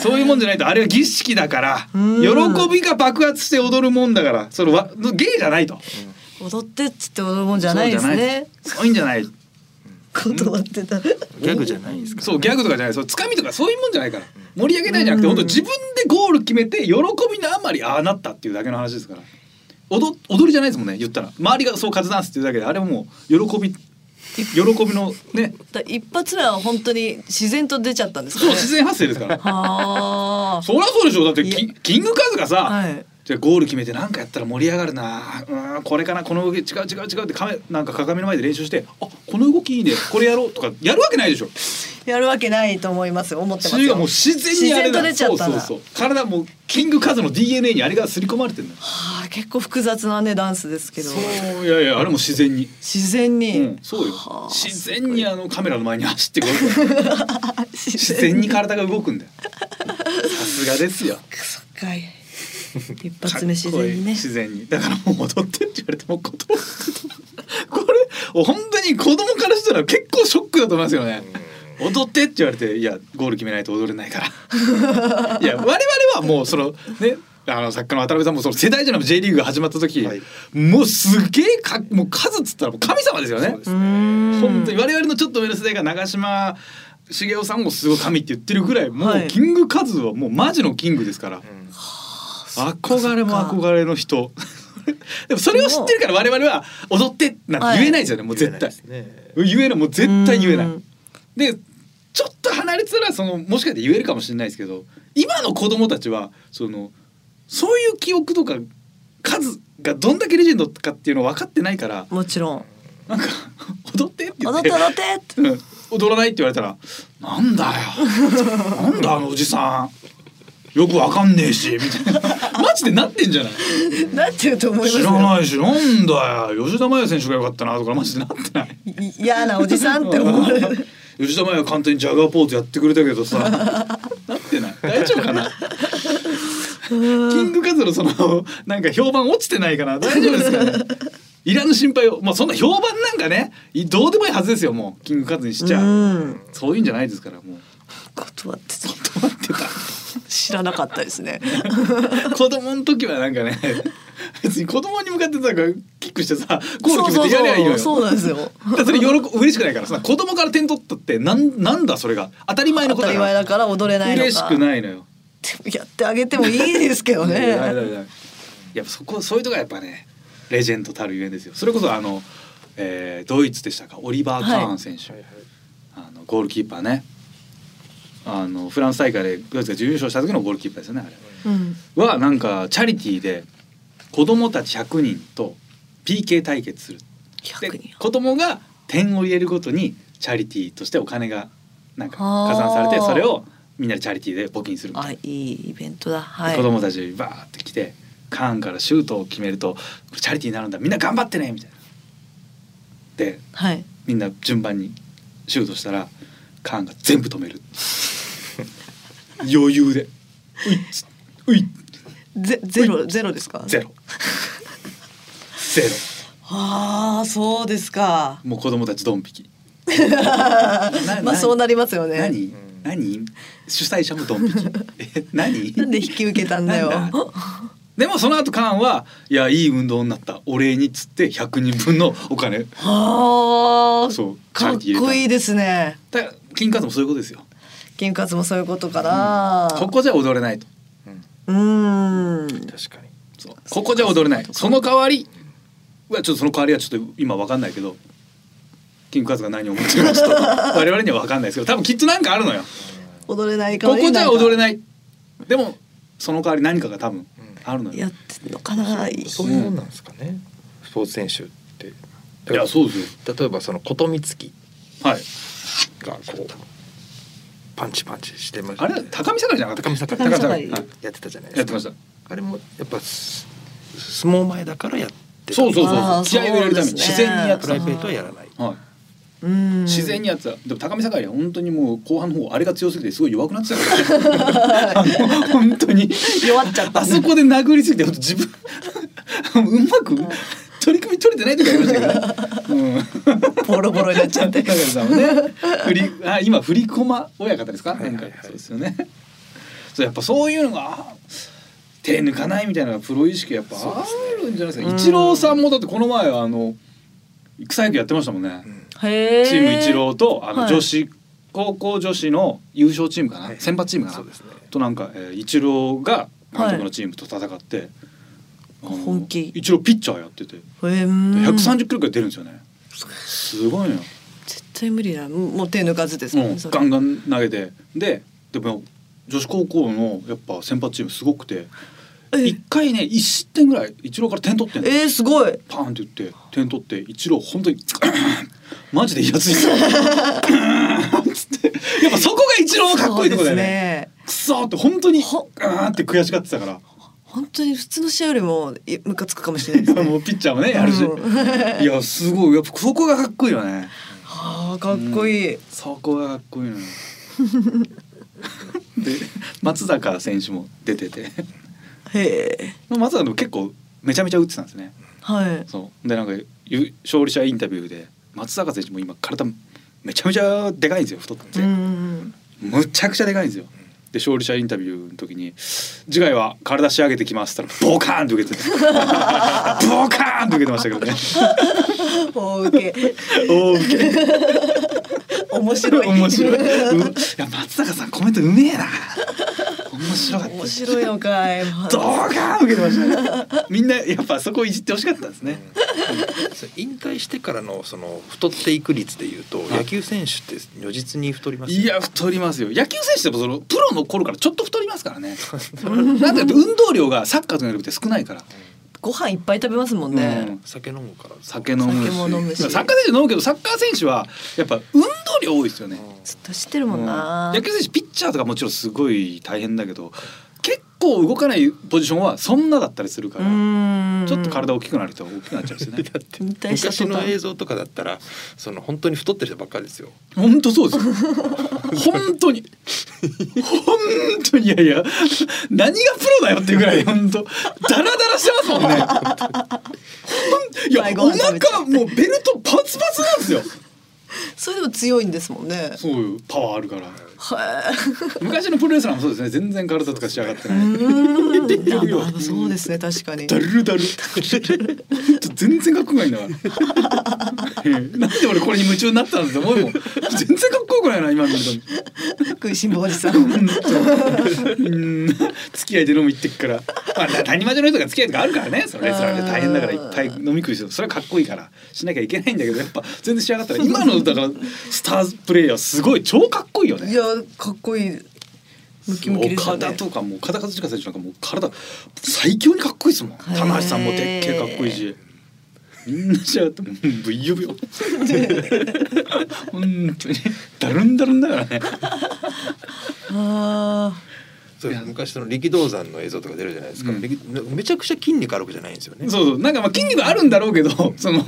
S2: そういうもんじゃないと、あれは儀式だから、
S3: ん
S2: 喜びが爆発して踊るもんだから、それは芸じゃないと。
S3: 踊ってっつって踊るもんじゃないです
S2: そ
S3: ね
S2: うじゃない。そういうんじゃない。
S3: 断ってた
S4: ギャグじゃないんですか。
S2: そうギャグとかじゃない、そうつかみとかそういうもんじゃないから。盛り上げたいんじゃなくて、本当自分でゴール決めて喜びのあまりああなったっていうだけの話ですから。踊踊りじゃないですもんね。言ったら周りがそうカズダンスっていうだけで、あれはもう喜び喜びのね、
S3: だ一発目は本当に自然と出ちゃったんですか
S2: そう
S3: ね
S2: 自然発生ですから。
S3: はあ
S2: そりゃそうでしょ。だって
S3: いや
S2: キキングカズがさ。
S3: はい
S2: じゃあゴール決めてなんかやったら盛り上がるなうーんこれかなこの動き違う違う違うってカメなんか鏡の前で練習してあこの動きいいねこれやろうとかやるわけないでしょ
S3: やるわけないと思いますよ思ってます
S2: 血
S3: よ
S2: がもう自然にあれだ
S3: 自然と出ちゃったんだ
S2: そうそうそう体もうキングカズの DNA にあれが刷り込まれてんだよ
S3: はあ結構複雑なねダンスですけど
S2: そういやいやあれも自然に、
S3: 自然
S2: う
S3: に、
S2: ん、そうよ
S3: はあ
S2: 自然にあのカメラの前に走ってくる自然に体が動くんだよさすがですよ
S3: そっかい一発目自然にね
S2: 自然にだからもう踊ってって言われても断ってた これ本当に子供からしたら結構ショックだと思いますよね踊ってって言われていやゴール決めないと踊れないから いや我々はもうそのねあの作家の渡辺さんもその世代じゃなく J リーグが始まった時、
S4: はい
S2: もうすげえかもう数っつったらもう神様ですよね
S4: そうです
S3: うーん
S2: 本当に我々のちょっと上の世代が長嶋茂雄さんもすごい神って言ってるぐらいも
S3: は
S2: う
S3: い
S2: キングカズはもうマジのキングですから、憧れも憧れの人 でもそれを知ってるから我々は踊ってなんて言えないですよね、もう絶対
S4: 言えないですね。
S2: 言えないもう絶対言えな
S3: う
S2: い
S3: ん
S2: でちょっと離れてたらそのもしかして言えるかもしれないですけど今の子供たちはそのそういう記憶とか数がどんだけレジェンドかっていうの分かってないから
S3: もちろん
S2: なんか踊ってって言
S3: 踊
S2: っ
S3: ってて踊ってって
S2: うん 踊らないって言われたら「なんだよなんだあのおじさんよくわかんねえし」みたいなマジでなってんじゃない
S3: なってると思います
S2: 知
S3: よ
S2: らないしなんだよ吉田麻也選手がよかったなとかマジでなってない。
S3: い嫌なおじさんって思わ れる
S2: 吉田麻也は簡単にジャガーポーズやってくれたけどさなってない大丈夫かなキングカズのそのなんか評判落ちてないかな大丈夫です かねいらぬ心配をまあそんな評判なんかねいどうでもいいはずですよもうキングカズにしちゃ
S3: うん
S2: そういうんじゃないですからもう
S3: 断ってた
S2: 断 ってた
S3: 知らなかった ですね
S2: 子供の時はなんかね 別に子供に向かってなんかキックしてさゴール決めてやりゃいいのよ
S3: そうそうそうそうなんです
S2: だか
S3: よ
S2: らそれ喜ぶ嬉しくないからさ子供から点取ったってなんなんだそれが当たり前の
S3: 当
S2: ことだ
S3: たり
S2: から
S3: 前だから踊れないのか
S2: 嬉しくないのよ。
S3: でもやってあげてもいいですけど
S2: いやいや
S3: ね
S2: いややっぱそこそういうとこはやっぱねレジェンドたるゆえんですよ。それこそあの、えードイツでしたかオリバー・カーン選手、
S4: はいはい
S2: あのゴールキーパーねあのフランス大会でドイツが準優勝した時のゴールキーパーですよねあれ。
S3: うん
S2: はなんかチャリティーで子供たち100人と PK 対決するで
S3: 100人
S2: 子供が点を入れるごとにチャリティーとしてお金がなんか加算されて
S3: あー
S2: それをみんなでチャリティーで募金するみたいな
S3: あいいイベントだはい
S2: 子供たちバーって来てカーンからシュートを決めるとチャリティーになるんだみんな頑張ってねみたいな。で
S3: はい
S2: みんな順番にシュートしたらカーンが全部止 める余裕でういうい
S3: ゼゼロゼロですか。
S2: ゼロゼロ
S3: ああそうですか。
S2: もう子供たちドン引 き
S3: まあそうなりますよね。
S2: 何何主催者もドン 引きえ何
S3: なんで引き受けたんだよ。
S2: なんだでもその後カーンはいやいい運動になったお礼にっつって100人分のお金
S3: はあ。
S2: そう
S3: かっこいいですね。
S2: だから金カツもそういうことですよ
S3: 金髪もそういうことかな。
S2: ここじゃ踊れないと
S3: うー
S4: 確
S3: ん。
S4: かに
S2: そうここじゃ踊れないその代わりうわちょっとその代わりはちょっと今わかんないけど金カツが何を思ってるかちょっと我々にはわかんないですけど多分きっとなんかあるのよ
S3: 踊れないか
S2: こ
S3: ら
S2: こじゃ踊れ
S3: い。
S2: ないでもその代わり何かが多分あるの
S3: や
S2: よ
S3: ってんのかな。
S4: そういうもんなんですかねスポーツ選手って
S2: いやそうです
S4: 例えばその琴光
S2: よはい
S4: がこうパンチパンチしてました
S2: あれ高見盛りじゃなかった
S4: 高見盛
S3: 高見盛
S2: はい
S4: やってたじゃないですか
S2: やってました
S4: あれもやっぱす相撲前だからやってた
S2: そうそうそう
S3: あ
S2: そう気
S3: ー
S2: 合を入れるために
S3: そうです
S2: 自
S3: ね
S2: 然にやって
S4: プライベートはやらない
S2: たはい
S3: うん。
S2: 自然にやってたでも高見盛りは本当にもう後半の方あれが強すぎてすごい弱くなってた からねあの本当に
S3: 弱っちゃった
S2: あ。そこで殴りすぎて本当自分 うまく取り組み取れてないとか言いましたけどね、うん、
S3: ボロボロになっちゃって
S2: 高。見さ んもね振りあ今振り駒親方ですか、
S4: はいはいはい
S2: なんかそうですよねそうやっぱそういうのがあ手抜かないみたいなプロ意識やっぱあるんじゃないですか
S3: うん
S2: 一郎さんもだってこの前あの草野球やってましたもんね、
S3: へえ。
S2: チーム一郎とあの
S3: はい
S2: 女子、高校女子の優勝チームかな、
S4: はい
S2: 選抜チームかな
S4: そうですね
S2: となんか、えー、一郎が監督のチームと戦って、あの
S3: 本気
S2: 一郎ピッチャーやってて
S3: へー。うん
S2: 130キロぐらい出るんですよね、すごいのよ、
S3: 絶対無理だ。もう手抜かずですもん
S2: う
S3: ね
S2: ん
S3: それ
S2: ガンガン投げてででも女子高校のやっぱ先発チームすごくて
S3: え
S2: 一回ね一失点ぐらい一郎から点取ってんの
S3: えー、すごい。
S2: パーンって言って点取って一郎本当に マジでイラついて たつってやっぱそこが一郎のかっこいいとこだよね
S3: ね。
S2: くそーって本当に
S3: ほ
S2: あーって悔しがってたから
S3: 本当に普通の試合よりもいムカつくかもしれないですね。
S2: もうピッチャーもねやるし、 いやすごいやっぱそこがかっこいいよね
S3: はあかっこいい。
S2: そこがかっこいいの よで松坂選手も出てて
S3: へえ。
S2: 松坂でも結構めちゃめちゃ打ってたんですね
S3: はい。
S2: そうでなんかゆ勝利者インタビューで松坂選手も今体めちゃめちゃでかいんですよ太って、
S3: うん
S2: むちゃくちゃでかいんですよで勝利者インタビューの時に「次回は体仕上げてきます」って言ったらボカーンって受け ててボカーンって受けてましたけどね
S3: うんうん。お受け。
S2: おー受
S3: 面
S2: け
S3: 白い。
S2: 面白いうんいや松坂さんコメントうめえな面白かった
S3: 面白いのかい。まあ
S2: ドカーン受けてましたねみんなやっぱそこをいじってほしかったんですね、
S4: そう引退してからのその太っていく率でいうと
S2: はい
S4: 野球選手って如実に太りますよ
S2: いや太りますよ野球選手でもそのプロの頃からちょっと太りますから ねなんで運動量がサッカーとかよりも少ないから、
S3: ご飯いっぱい食べますもん
S2: う
S3: ね
S2: ん。
S4: 酒飲むから
S2: 酒飲むし
S3: 酒も飲むし
S2: サッカー選手飲むけどサッカー選手はやっぱ運動量多いですよね、
S3: ずっと知ってるもんな
S2: 野。球選手ピッチャーとかもちろんすごい大変だけど結構動かないポジションはそんなだったりするから、
S3: うん。
S2: ちょっと体大きくなる人は大きくなっちゃうんですよね
S3: 引退した
S4: 昔
S3: 途
S4: の
S3: 端
S4: 映像とかだったらその本当に太ってる人ばっかりですよ
S2: 本当そうですよ本当に本当にいやいや何がプロだよっていうぐらい本当ダラダラしてますもんねほんいや
S3: 最後
S2: お
S3: は食べちゃ
S2: 腹
S3: って
S2: もうベルトパツパツなんですよ
S3: それでも強いんですもんね。
S2: そういうパワーあるから
S3: は
S2: 昔のプロレスラーもそうですね全然体とか仕上がってない
S3: い。うん。いや
S2: いや
S3: まあそうですね確かに。
S2: だるだる全然かっこよくないんだ からええなんで俺これに夢中になったんだって思うもん全然かっこよくないな今見ると
S3: 食いしん坊おじさん。
S2: うん付き合いで飲み行ってっから、まあ、谷町の人が付き合いとかあるからねそのレストランで大変だからいっぱい飲み食いするそれはかっこいいからしなきゃいけないんだけどやっぱ全然仕上がった ら今のだからスタープレイヤーすごい超かっこいいよ
S3: い
S2: ね。
S3: やかっこいい。ムキムキですよ
S2: 岡
S3: ね
S2: 田。とかも岡田和親選手なんかもう体最強にかっこいいですもん
S3: ー
S2: 棚橋さんもでっけえかっこいいしみんな仕上がってもうブヨ ブヨ本当にだるんだるんだからね
S3: あ
S4: そう昔その力道山の映像とか出るじゃないですか、
S2: うん
S4: 力めちゃくちゃ筋肉あるわけじゃないんですよね
S2: そうそうなんかまあ筋肉あるんだろ うけどその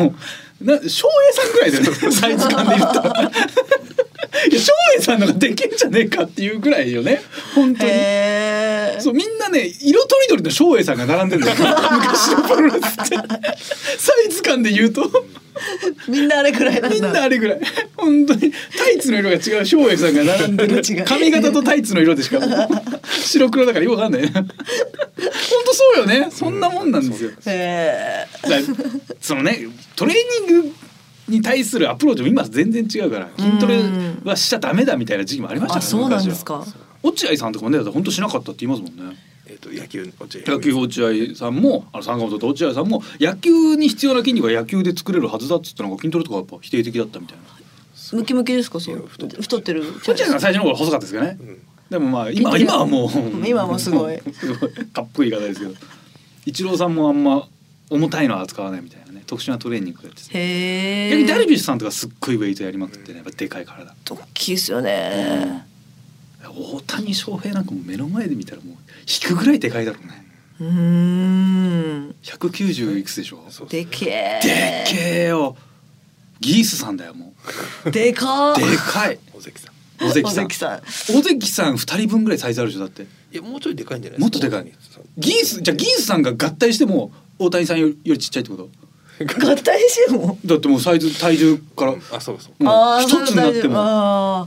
S2: な翔平さんぐらいだよねサイズ感で言ったらいや松陰さんのができんじゃねえかっていうぐらいよね本当に。
S3: へえ
S2: そうみんなね色とりどりの照英さんが並んでるんだ よ昔のプロレスってサイズ感で言うと
S3: みんなあれくらいなんだ
S2: みんなあれぐらい本当にタイツの色が違う照英さんが並んでる
S3: 色違い
S2: 髪型とタイツの色でしかも白黒だからよくわかんないね本当そうよねそんなもんなんですよ
S3: へ
S2: だ
S3: え
S2: からそのねトレーニングに対するアプローチも今全然違うから筋トレはしちゃダメだみたいな時期もありました
S3: あ
S2: から
S3: そうなんです
S2: 昔は
S3: か
S2: 落合さんとかもねだって本当しなかったって言いますもんね
S4: えっと野球落合
S2: 野球落合さんもあの三冠と落合さんも野球に必要な筋肉は野球で作れるはずだっつってなんか筋トレとかやっぱ否定的だったみたいな
S3: ムキムキですかそう
S4: 太ってる
S3: 太ってる
S2: 落合さんが最初の頃細かったですけどね、
S4: ん
S2: でもまあ今
S3: 筋トレ
S2: 今はもう
S3: 今はもうすごい
S2: すごい かっこいい言い方ですけど一郎さんもあんま重たいのは扱わないみたいなね特殊なトレーニングをやってて、
S3: へえ
S2: 逆にダルビッシュさんとかすっごいウェイトやりまくってねやっぱでかい体、
S3: 大きいですよね
S2: 大谷翔平なんかもう目の前で見たらもう引くぐらいでかいだろうね
S3: うーん
S2: 190いくつでしょう
S4: そう
S3: でけえ
S2: でっけえよギースさんだよも
S3: でか
S2: う
S3: っ
S2: でかい
S4: 尾関さん
S2: 尾関さん
S3: 尾関さん
S2: 尾関さん二人分ぐらいサイズあるでしょだって
S4: いやもうちょいでかいんじゃない
S2: もっとでかいギースじゃあギースさんが合体しても大谷さんよりよりちっちゃいってこと
S3: 合体しても
S2: だってもうサイズ体重からもう
S4: あそうそう
S3: あーそ
S2: 一
S3: れ
S2: つになっ
S3: 大
S2: て
S3: 丈夫
S2: も
S3: あ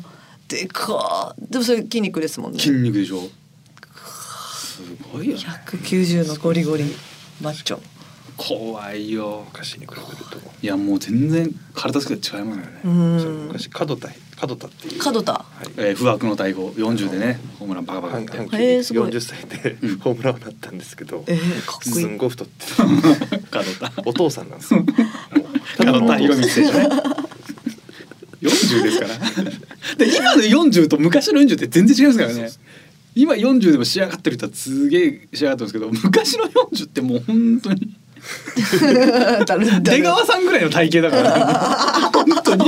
S3: ーでかっでもそれ筋肉ですもんね
S2: 筋肉でしょすごいよね
S3: 190のゴリゴリマッチョ
S2: 怖いよ
S4: 昔に比べると
S2: いやもう全然体つきが違いますよね、
S3: う
S4: その
S3: ん
S4: 昔角田角田っていう
S3: 角田
S4: はい
S2: えー不惑の大砲40でねホームランバカバカ打
S4: 阪
S2: って
S4: 神
S3: へーすごい
S4: 40歳で
S2: う ん
S4: ホームランを打ったんですけど、
S3: えー、かっこい
S4: すん
S3: い
S4: ごい太ってて
S2: 角田
S4: お父さんなんですよ。もう
S2: 角田博光選手 ね。40ですから。 で今の40と昔の40って全然違いますからね。今40でも仕上がってる人はすげえ仕上がってますけど昔の40ってもう本当に
S3: だるだる
S2: 出川さんぐらいの体型だから本当に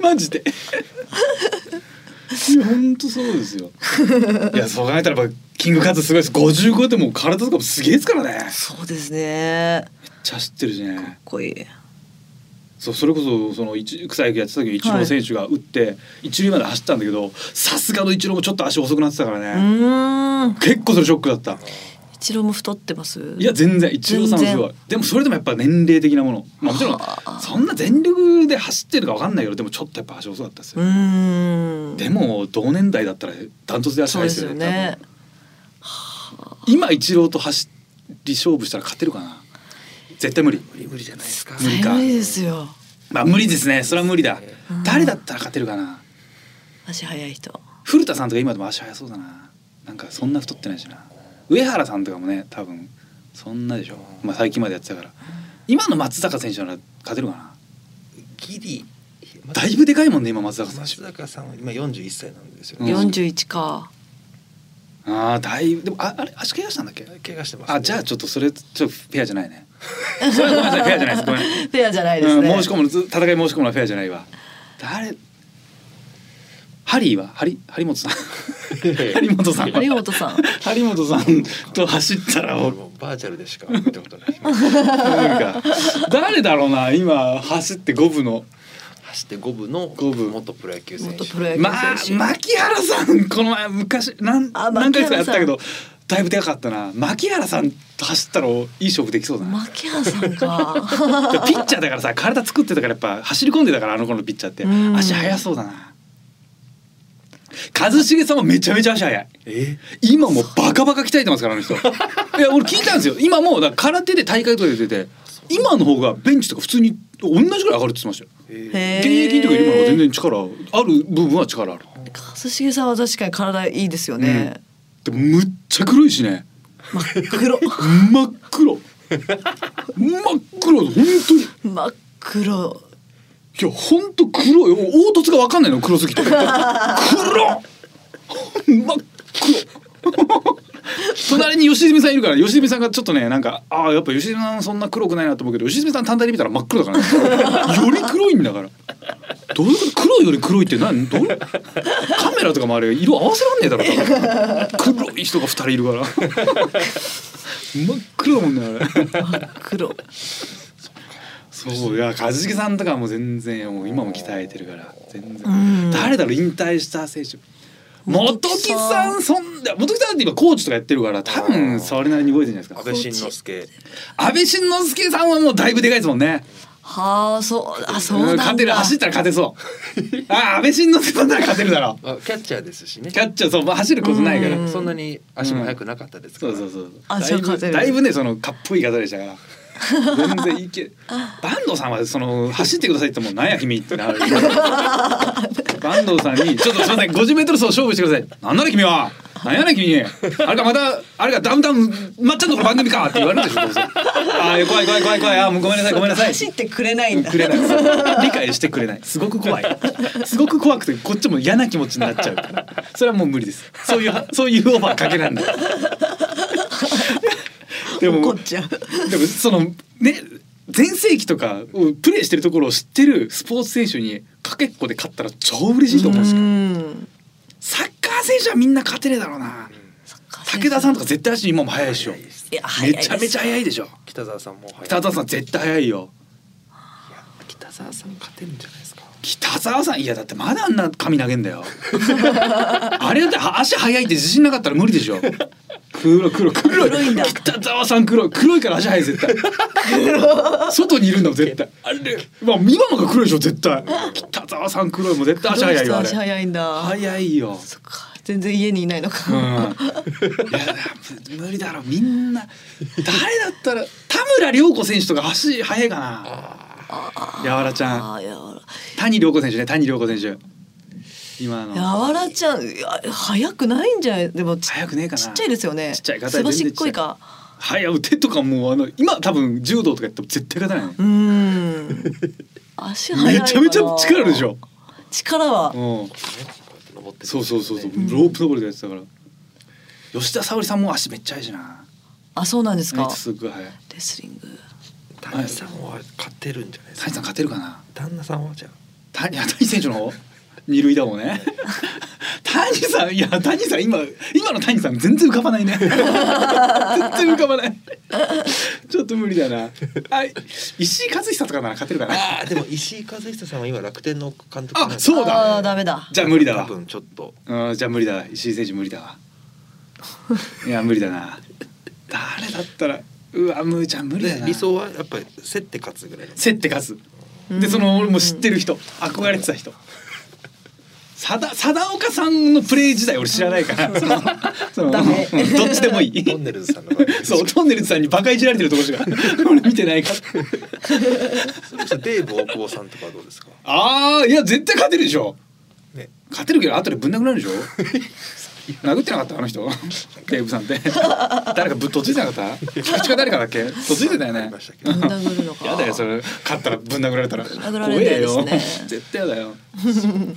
S2: マジでいや本当そうですよいやそう考えたらやっぱキングカズすごいです55でも体とかもすげえですからねめっ
S3: そうですね
S2: ちゃ知ってるしね
S3: かっこいい
S2: そうそれこそその一草野球やってた時イチロー選手が打って、一塁まで走ったんだけどさすがのイチローもちょっと足遅くなってたから
S3: う
S2: ね、
S3: ーん
S2: 結構それショックだった
S3: 一郎も太ってます
S2: いや全然イチローさんはすごいでもそれでもやっぱ年齢的なもの、まあ、もちろ
S3: は
S2: んそんな全力で走ってるか分かんないけどでもちょっとやっぱ足遅かったです
S3: う
S2: よ、
S3: ーん
S2: でも同年代だったらダントツで足
S3: そう
S2: 速いで
S3: で
S2: す
S3: す
S2: よ
S3: よ
S2: ね
S3: ね
S2: 多分今イチローと走り勝負したら勝てるかな絶対無理
S4: 無理無理じゃないですか。
S2: 無理か
S3: 寒いですよ
S2: まあ無理ですねそれは無理だ、
S3: うん
S2: 誰だったら勝てるかな
S3: 足速い人
S2: 古田さんとか今でも足速そうだななんかそんな太ってないしな上原さんとかもね多分そんなでしょ、まあ、最近までやってたから今の松坂選手なら勝てるかな
S4: ギリ。
S2: だいぶでかいもんね今松坂選
S4: 松
S2: 手
S4: 坂さんは今41歳なんですよ
S2: うん
S4: ね。
S3: 41か
S2: ああだいぶでもああれ足怪我したんだっけ
S4: 怪我してますね。
S2: あじゃあちょっとそれちょっとフェアじゃないねそれはごめんなさいフェアじゃないですごめん、
S3: フェアじゃないです
S2: うん、
S3: ね
S2: 申し込むのず戦い申し込むのはフェアじゃないわ誰ハリーはハリ張 本さん張本さんは
S3: 有本さん
S2: 張本さんと走ったらもう
S4: もうバーチャルでしか見たことない。
S2: なんか誰だろうな今走って五分の
S4: 走って五部の
S2: 五部
S4: 元プロ野球選
S3: 元
S4: 手。
S3: プロ野
S2: まあ
S3: 球選手、
S2: 牧原さんこの前昔なん
S3: あ
S2: 何回かや
S3: 牧原
S2: っ
S3: さん
S2: たけどだいぶでかかったな牧原さんと走ったらいい勝負できそうだな
S3: 牧原さ んか
S2: だからピッチャーだからさ体作ってたからやっぱ走り込んでたからあの子のピッチャーって
S3: うん
S2: 足速そうだな一茂さんもめちゃめちゃ足速い
S4: え？
S2: 今もうバカバカ鍛えてますからあの 人いや俺聞いたんですよ今もうだから空手で大会とか出てて今の方がベンチとか普通に同じぐらい上がるって言ってましたよ
S4: え
S2: 現役の時よりも全然力ある部分は力ある。
S3: 一茂さんは確かに体いいですよね、
S2: でもむっちゃ黒いしね。
S3: 真っ黒
S2: 真っ黒。真っ黒本当に。い
S3: 真っ黒
S2: や本当黒い。凹凸がわかんないの黒すぎて。黒。真っ黒。 隣に吉住さんいるから吉住さんがちょっとねなんかああやっぱ吉住さんそんな黒くないなと思うけど吉住さん単体で見たら真っ黒だから、ね、より黒いんだからどういうこと黒いより黒いって何どうカメラとかもあれ色合わせらんねえだろ多分黒い人が2人いるから 真っ黒だもんねあれ
S3: 黒
S2: そういや一茂さんとかはもう全然もう今も鍛えてるから全然、
S3: うん
S2: 誰だろう引退した選手元
S3: 元
S2: 木
S3: 木
S2: さ
S3: さん
S2: んそんな元木さんだって今コーチとかやってるから多分それなりに動いてるんじゃない
S5: 安倍
S2: ですか
S5: 晋之助
S2: 安倍晋之助さんはもうだいぶでかいですもんね
S3: はあそうあそうなん
S2: ん
S3: だ
S2: 勝てる走ったら勝てそうあ安倍晋之助さんなら勝てるだろ
S5: あキャッチャーですしね
S2: うキャッチャーそうまあ走ることないから、
S3: うん
S5: そんなに足も速くなかったですか
S2: そ
S5: ら、
S2: うそうそう
S3: あ
S2: だ
S3: じゃ
S2: い
S3: あ
S2: ぶ
S3: 勝てる
S2: だいぶねそのかっぽい方でした から全然いけ坂東さんはその走ってくださいって言ってもなんや君って なる坂東さんにちょっとすいません 50m 走勝負してくださいなんなら君はなんやねん君あれかまたあれかダウンタウンまっちゃんの番組かって言われるでしょどうせあー怖い怖い怖い怖いあーもうごめんなさいごめんなさい
S3: 走ってくれないんだ
S2: くれない理解してくれないすごく怖いすごく怖くてこっちも嫌な気持ちになっちゃうからそれはもう無理ですそういうそういうオーバーかけらんないでも
S3: 怒っちゃう
S2: でもそのね全盛期とかをプレーしてるところを知ってるスポーツ選手にかけっこで勝ったら超嬉しいと思うんです
S3: う
S2: よ
S3: ん
S2: サッカー選手はみんな勝てねえだろうな武田さんとか絶対足今も速いでしょ
S3: いや早い
S2: め
S3: です
S2: ちゃめちゃ速いでしょ
S5: 北澤さんも速い
S2: 北澤さん絶対速いよ
S5: 北澤さん勝てるんじゃないですか
S2: 北沢さんいやだってまだあんな髪投げんだよあれだっては足速いって自信なかったら無理でしょ黒い黒い黒い
S3: 黒いんだ
S2: 北沢さん黒い黒いから足速い絶対外にいるんだもん絶対あれまあ今のが黒いでしょ絶対北沢さん黒いもん絶対足速いよあれ
S3: 足早いんだ
S2: 速いよ
S3: そっか全然家にいないの
S2: うん、い
S3: か、
S2: や無理だろみんな誰だったら田村涼子選手とか足速いかなやわらちゃん
S3: ああやわら
S2: 谷涼子選手ね谷涼子選手今の
S3: やわらちゃんいや早くないんじゃないでもち
S2: 早くねえかな
S3: ちっちゃいですよね
S2: ちっちゃい方
S3: すばしっこいか
S2: 早打てとかもうあの今多分柔道とかやっても絶対勝たないう
S3: ーん 足
S2: の
S3: 早い
S2: め
S3: かな
S2: ちゃめちゃ力あるでしょ、
S3: 力は
S2: うん、
S5: こうやって登って
S2: そうそうそうそう
S5: で
S2: ロープ登りでやってたから吉田沙保里さんも足めっちゃ速いしな
S3: あそうなんですか
S2: すっごい速い
S3: レスリング
S5: 谷さんは勝てるんじゃないです
S2: 谷
S5: か
S2: さん勝てるかな
S5: 旦那さんはじゃあ
S2: 谷谷選手の方二塁だもんね谷さんいや谷さん今今の谷さん全然浮かばないね全然浮かばないちょっと無理だなあ石井和久とかなら勝てるかな
S5: あーでも石井和久さんは今楽天の監督なんで
S2: あそう
S3: あー
S2: だ
S3: ダメだ
S2: じゃあ無理だ
S5: 多
S2: わ
S5: 分ちょっと
S2: うんじゃあ無理だわ石井選手無理だわいや無理だな誰だったらうわむーちゃん無理だ
S5: で
S2: な
S5: 理想はやっぱり競って勝つぐらいの
S2: 競って勝つでその俺も知ってる人憧れてた人さだ貞岡さんのプレー時代俺知らない からそのその
S3: ダメ
S2: うんどっちでもいい
S5: トンネルズさんの場合
S2: そうトンネルズさんにバカいじられてるとこしか俺見てないから
S5: それこそデーブ大久保さんとかはどうですか
S2: ああいや絶対勝てるでしょ
S5: ね
S2: 勝てるけど後でぶん殴られるでしょ殴ってなかったあ の人デーブさんって誰かぶっとついてなかった菊池か誰かだっけとついてたよ
S5: あ
S2: ね
S5: りましたけ
S3: ぶ
S5: ど
S3: ん殴るのか
S2: やだよそれ勝ったらぶん殴られたら
S3: 殴られるやつね
S2: 怖えよ絶対やだよ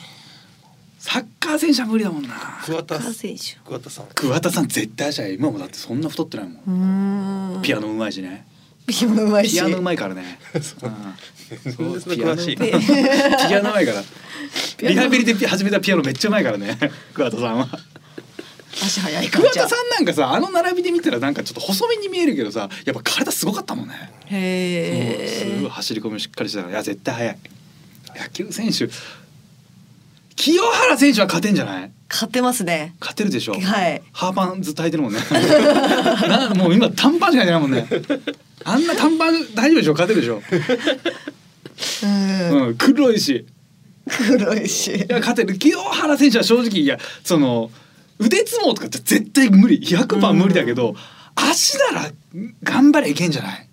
S2: サッカー選手は無理だもんな
S5: 桑田
S3: 高選手
S5: 桑田さん
S2: 桑田さん絶対足早い今もだってそんな太ってないも
S3: うんーん
S2: ピアノうまいしね
S3: ピアノうまいし
S2: ピアノうまいからねうん
S5: そう詳しい
S3: ピ
S5: な
S2: ピアノうまいからリハビリでピ始めたピアノめっちゃうまいからね桑田さんは
S3: 足早いか
S2: 桑
S3: らじゃ
S2: 田
S3: あ
S2: さんなんかさあの並びで見たらなんかちょっと細身に見えるけどさやっぱ体すごかったもんね、
S3: へ
S2: すごい
S3: え
S2: 走り込みしっかりしてたからいや絶対速い野球選手清原選手は勝てんじゃない
S3: 勝ってますね
S2: 勝てるでしょ
S3: はい
S2: ハーパンずっと履いてるもんね なもう今短パンしか履いてないもんねあんな短パン大丈夫でしょ勝てるでしょ、
S3: うん
S2: うん、黒いし
S3: 黒いし
S2: いや勝てる清原選手は正直いやその腕相撲とかって絶対無理100番無理だけど、足なら頑張れいけんじゃない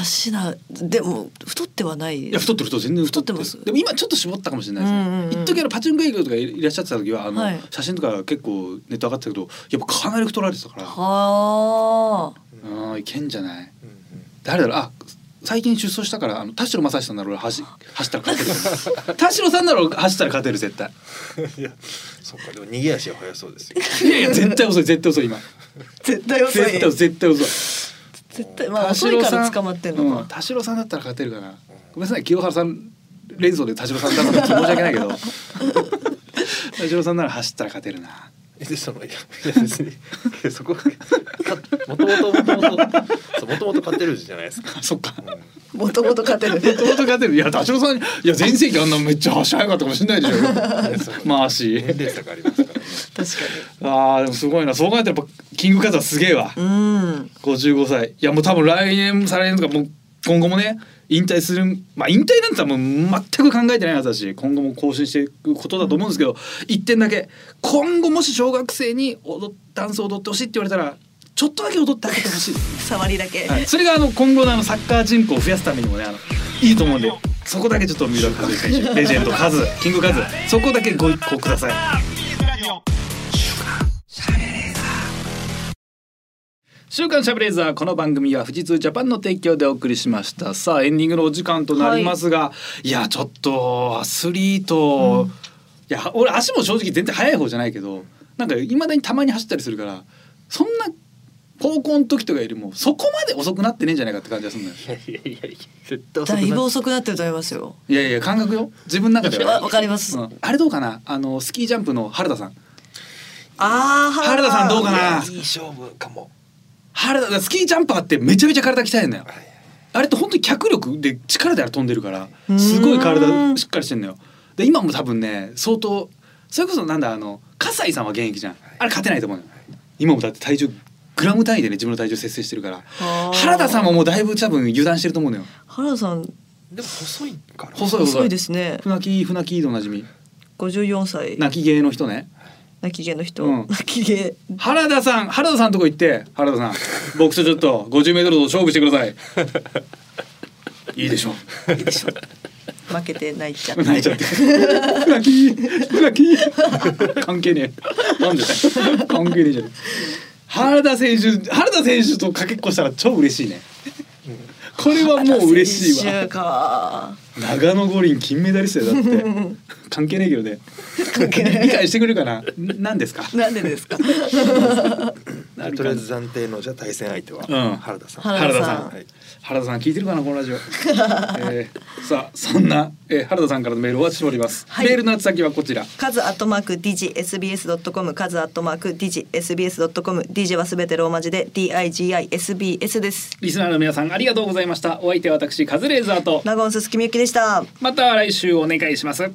S3: 足なでも太ってはない
S2: いや太ってる人全然る
S3: 太ってます
S2: でも今ちょっと絞ったかもしれないです
S3: うんうん
S2: ね
S3: うん
S2: 一時、あのパチンコ営業とかいらっしゃってた時はあの、
S3: はい
S2: 写真とか結構ネット上がってたけどやっぱかなり太られてたから
S3: はあ
S2: あーいけんじゃない誰だろうあ最近出走したからあの田代正史さんなら俺走走ったら勝 てる田代さんなら俺走ったら勝てる絶対
S5: いやそっかでも逃げ足は速そうですよ
S2: いやいや絶対遅い絶対遅い今
S3: 絶対遅い
S2: 絶対遅い絶対遅い
S3: 絶対まあ遅いから捕まってんの
S2: うん
S3: か、
S2: 田代さんだったら勝てるかなごめんなさい清原さん連想で田代さんだったら申し訳ないけ ど田代さんなら走ったら勝てるな
S5: えでそのいやいや別にいやそこもともともともともともと勝てるじゃないですか
S2: あそっか
S5: うん
S3: もともと勝て る
S2: どうとかてるいや田代さんにいや全盛期あんなめっちゃ足速かったかもしれないでしょまあ足
S5: 年齢差がありますからね。
S3: 確か
S2: あーでもすごいなそう考えたらやっぱキングカズはすげえわ
S3: にうん
S2: 55歳いやもう多分来年再来年とかもう今後もね引退するまあ引退なんて多分全く考えてないはずだし今後も更新していくことだと思うんですけど、一点だけ今後もし小学生に踊っダンスを踊ってほしいって言われたらちょっとだけ踊ってあげてほしいですね
S3: 触りだけ、
S2: はい、それがあの今後のあのサッカー人口を増やすためにもねあのいいと思うんでそこだけちょっと三浦和之選手レジェンドカズキングカズそこだけご一考ください。週刊シャブレーザーこの番組は富士通ジャパンの提供でお送りしましたさあエンディングのお時間となりますが、い、やちょっとアスリート、いや俺足も正直全然速い方じゃないけどなんかいまだにたまに走ったりするからそんな高校の時とかよりもそこまで遅くなってねえんじゃないかって感じがするんだよ
S4: いやいやいや絶対遅く
S3: だ
S4: ない
S3: ぶ
S4: い
S3: 遅くなってると思いますよ
S2: いやいや感覚よ自分の中では
S3: わわかります
S2: うんあれどうかなあのスキージャンプの原田さん
S3: あー
S2: 原田さんどうかない
S5: い勝負かも。
S2: 原田スキージャンパーってめちゃめちゃ体鍛えんのよあれって本当に脚力で力であれ飛んでるからすごい体しっかりしてんのよで今も多分ね相当それこそなんだあの葛西さんは現役じゃんあれ勝てないと思うのよ今もだって体重グラム単位でね自分の体重節制してるから
S3: あー
S2: 原田さんももうだいぶ多分油断してると思うのよ
S3: 原田さん
S5: でも細いから。
S2: 細い
S3: 遅いですね
S2: 船木船木でおなじみ
S3: 54歳
S2: 泣き芸の人ね
S3: 泣き芸の人、
S2: うん
S3: 泣き芸
S2: 原田さん原田さんのとこ行って原田さん僕とちょっと50メートルと勝負してくださいいいでしょ
S3: 負けて泣いちゃっ
S2: 泣い
S3: て
S2: ちゃってラキーラキー関係ねえなんでだよ関係ねえじゃん原田選手原田選手とかけっこしたら超嬉しいねこれはもう嬉しい
S3: 選
S2: わ
S3: 手 か
S2: 長野五輪金メダリストよだって関係ねえけどね理解してくれるかな何ですか
S3: なんでですか
S2: なる
S5: とり
S2: か
S5: あ
S2: な
S5: えず暫定のじゃあ対戦相手は
S2: うん
S5: 原田さん。
S3: 原
S2: 原
S3: 田さん
S2: 田さん、原田さん聞いてるかなこのラ ジオ、えー、さあそんな、えー、原田さんからのメールをお待ちしております、
S3: はい
S2: メールの宛先はこちら
S3: カズアットマーク digsbs.com カズアットマーク digsbs.com dj はすべてローマ字で digisbs です
S2: リスナーの皆さんありがとうございましたお相手は私カズレーザーと
S3: ラゴンススキミユキでした
S2: また来週お願いします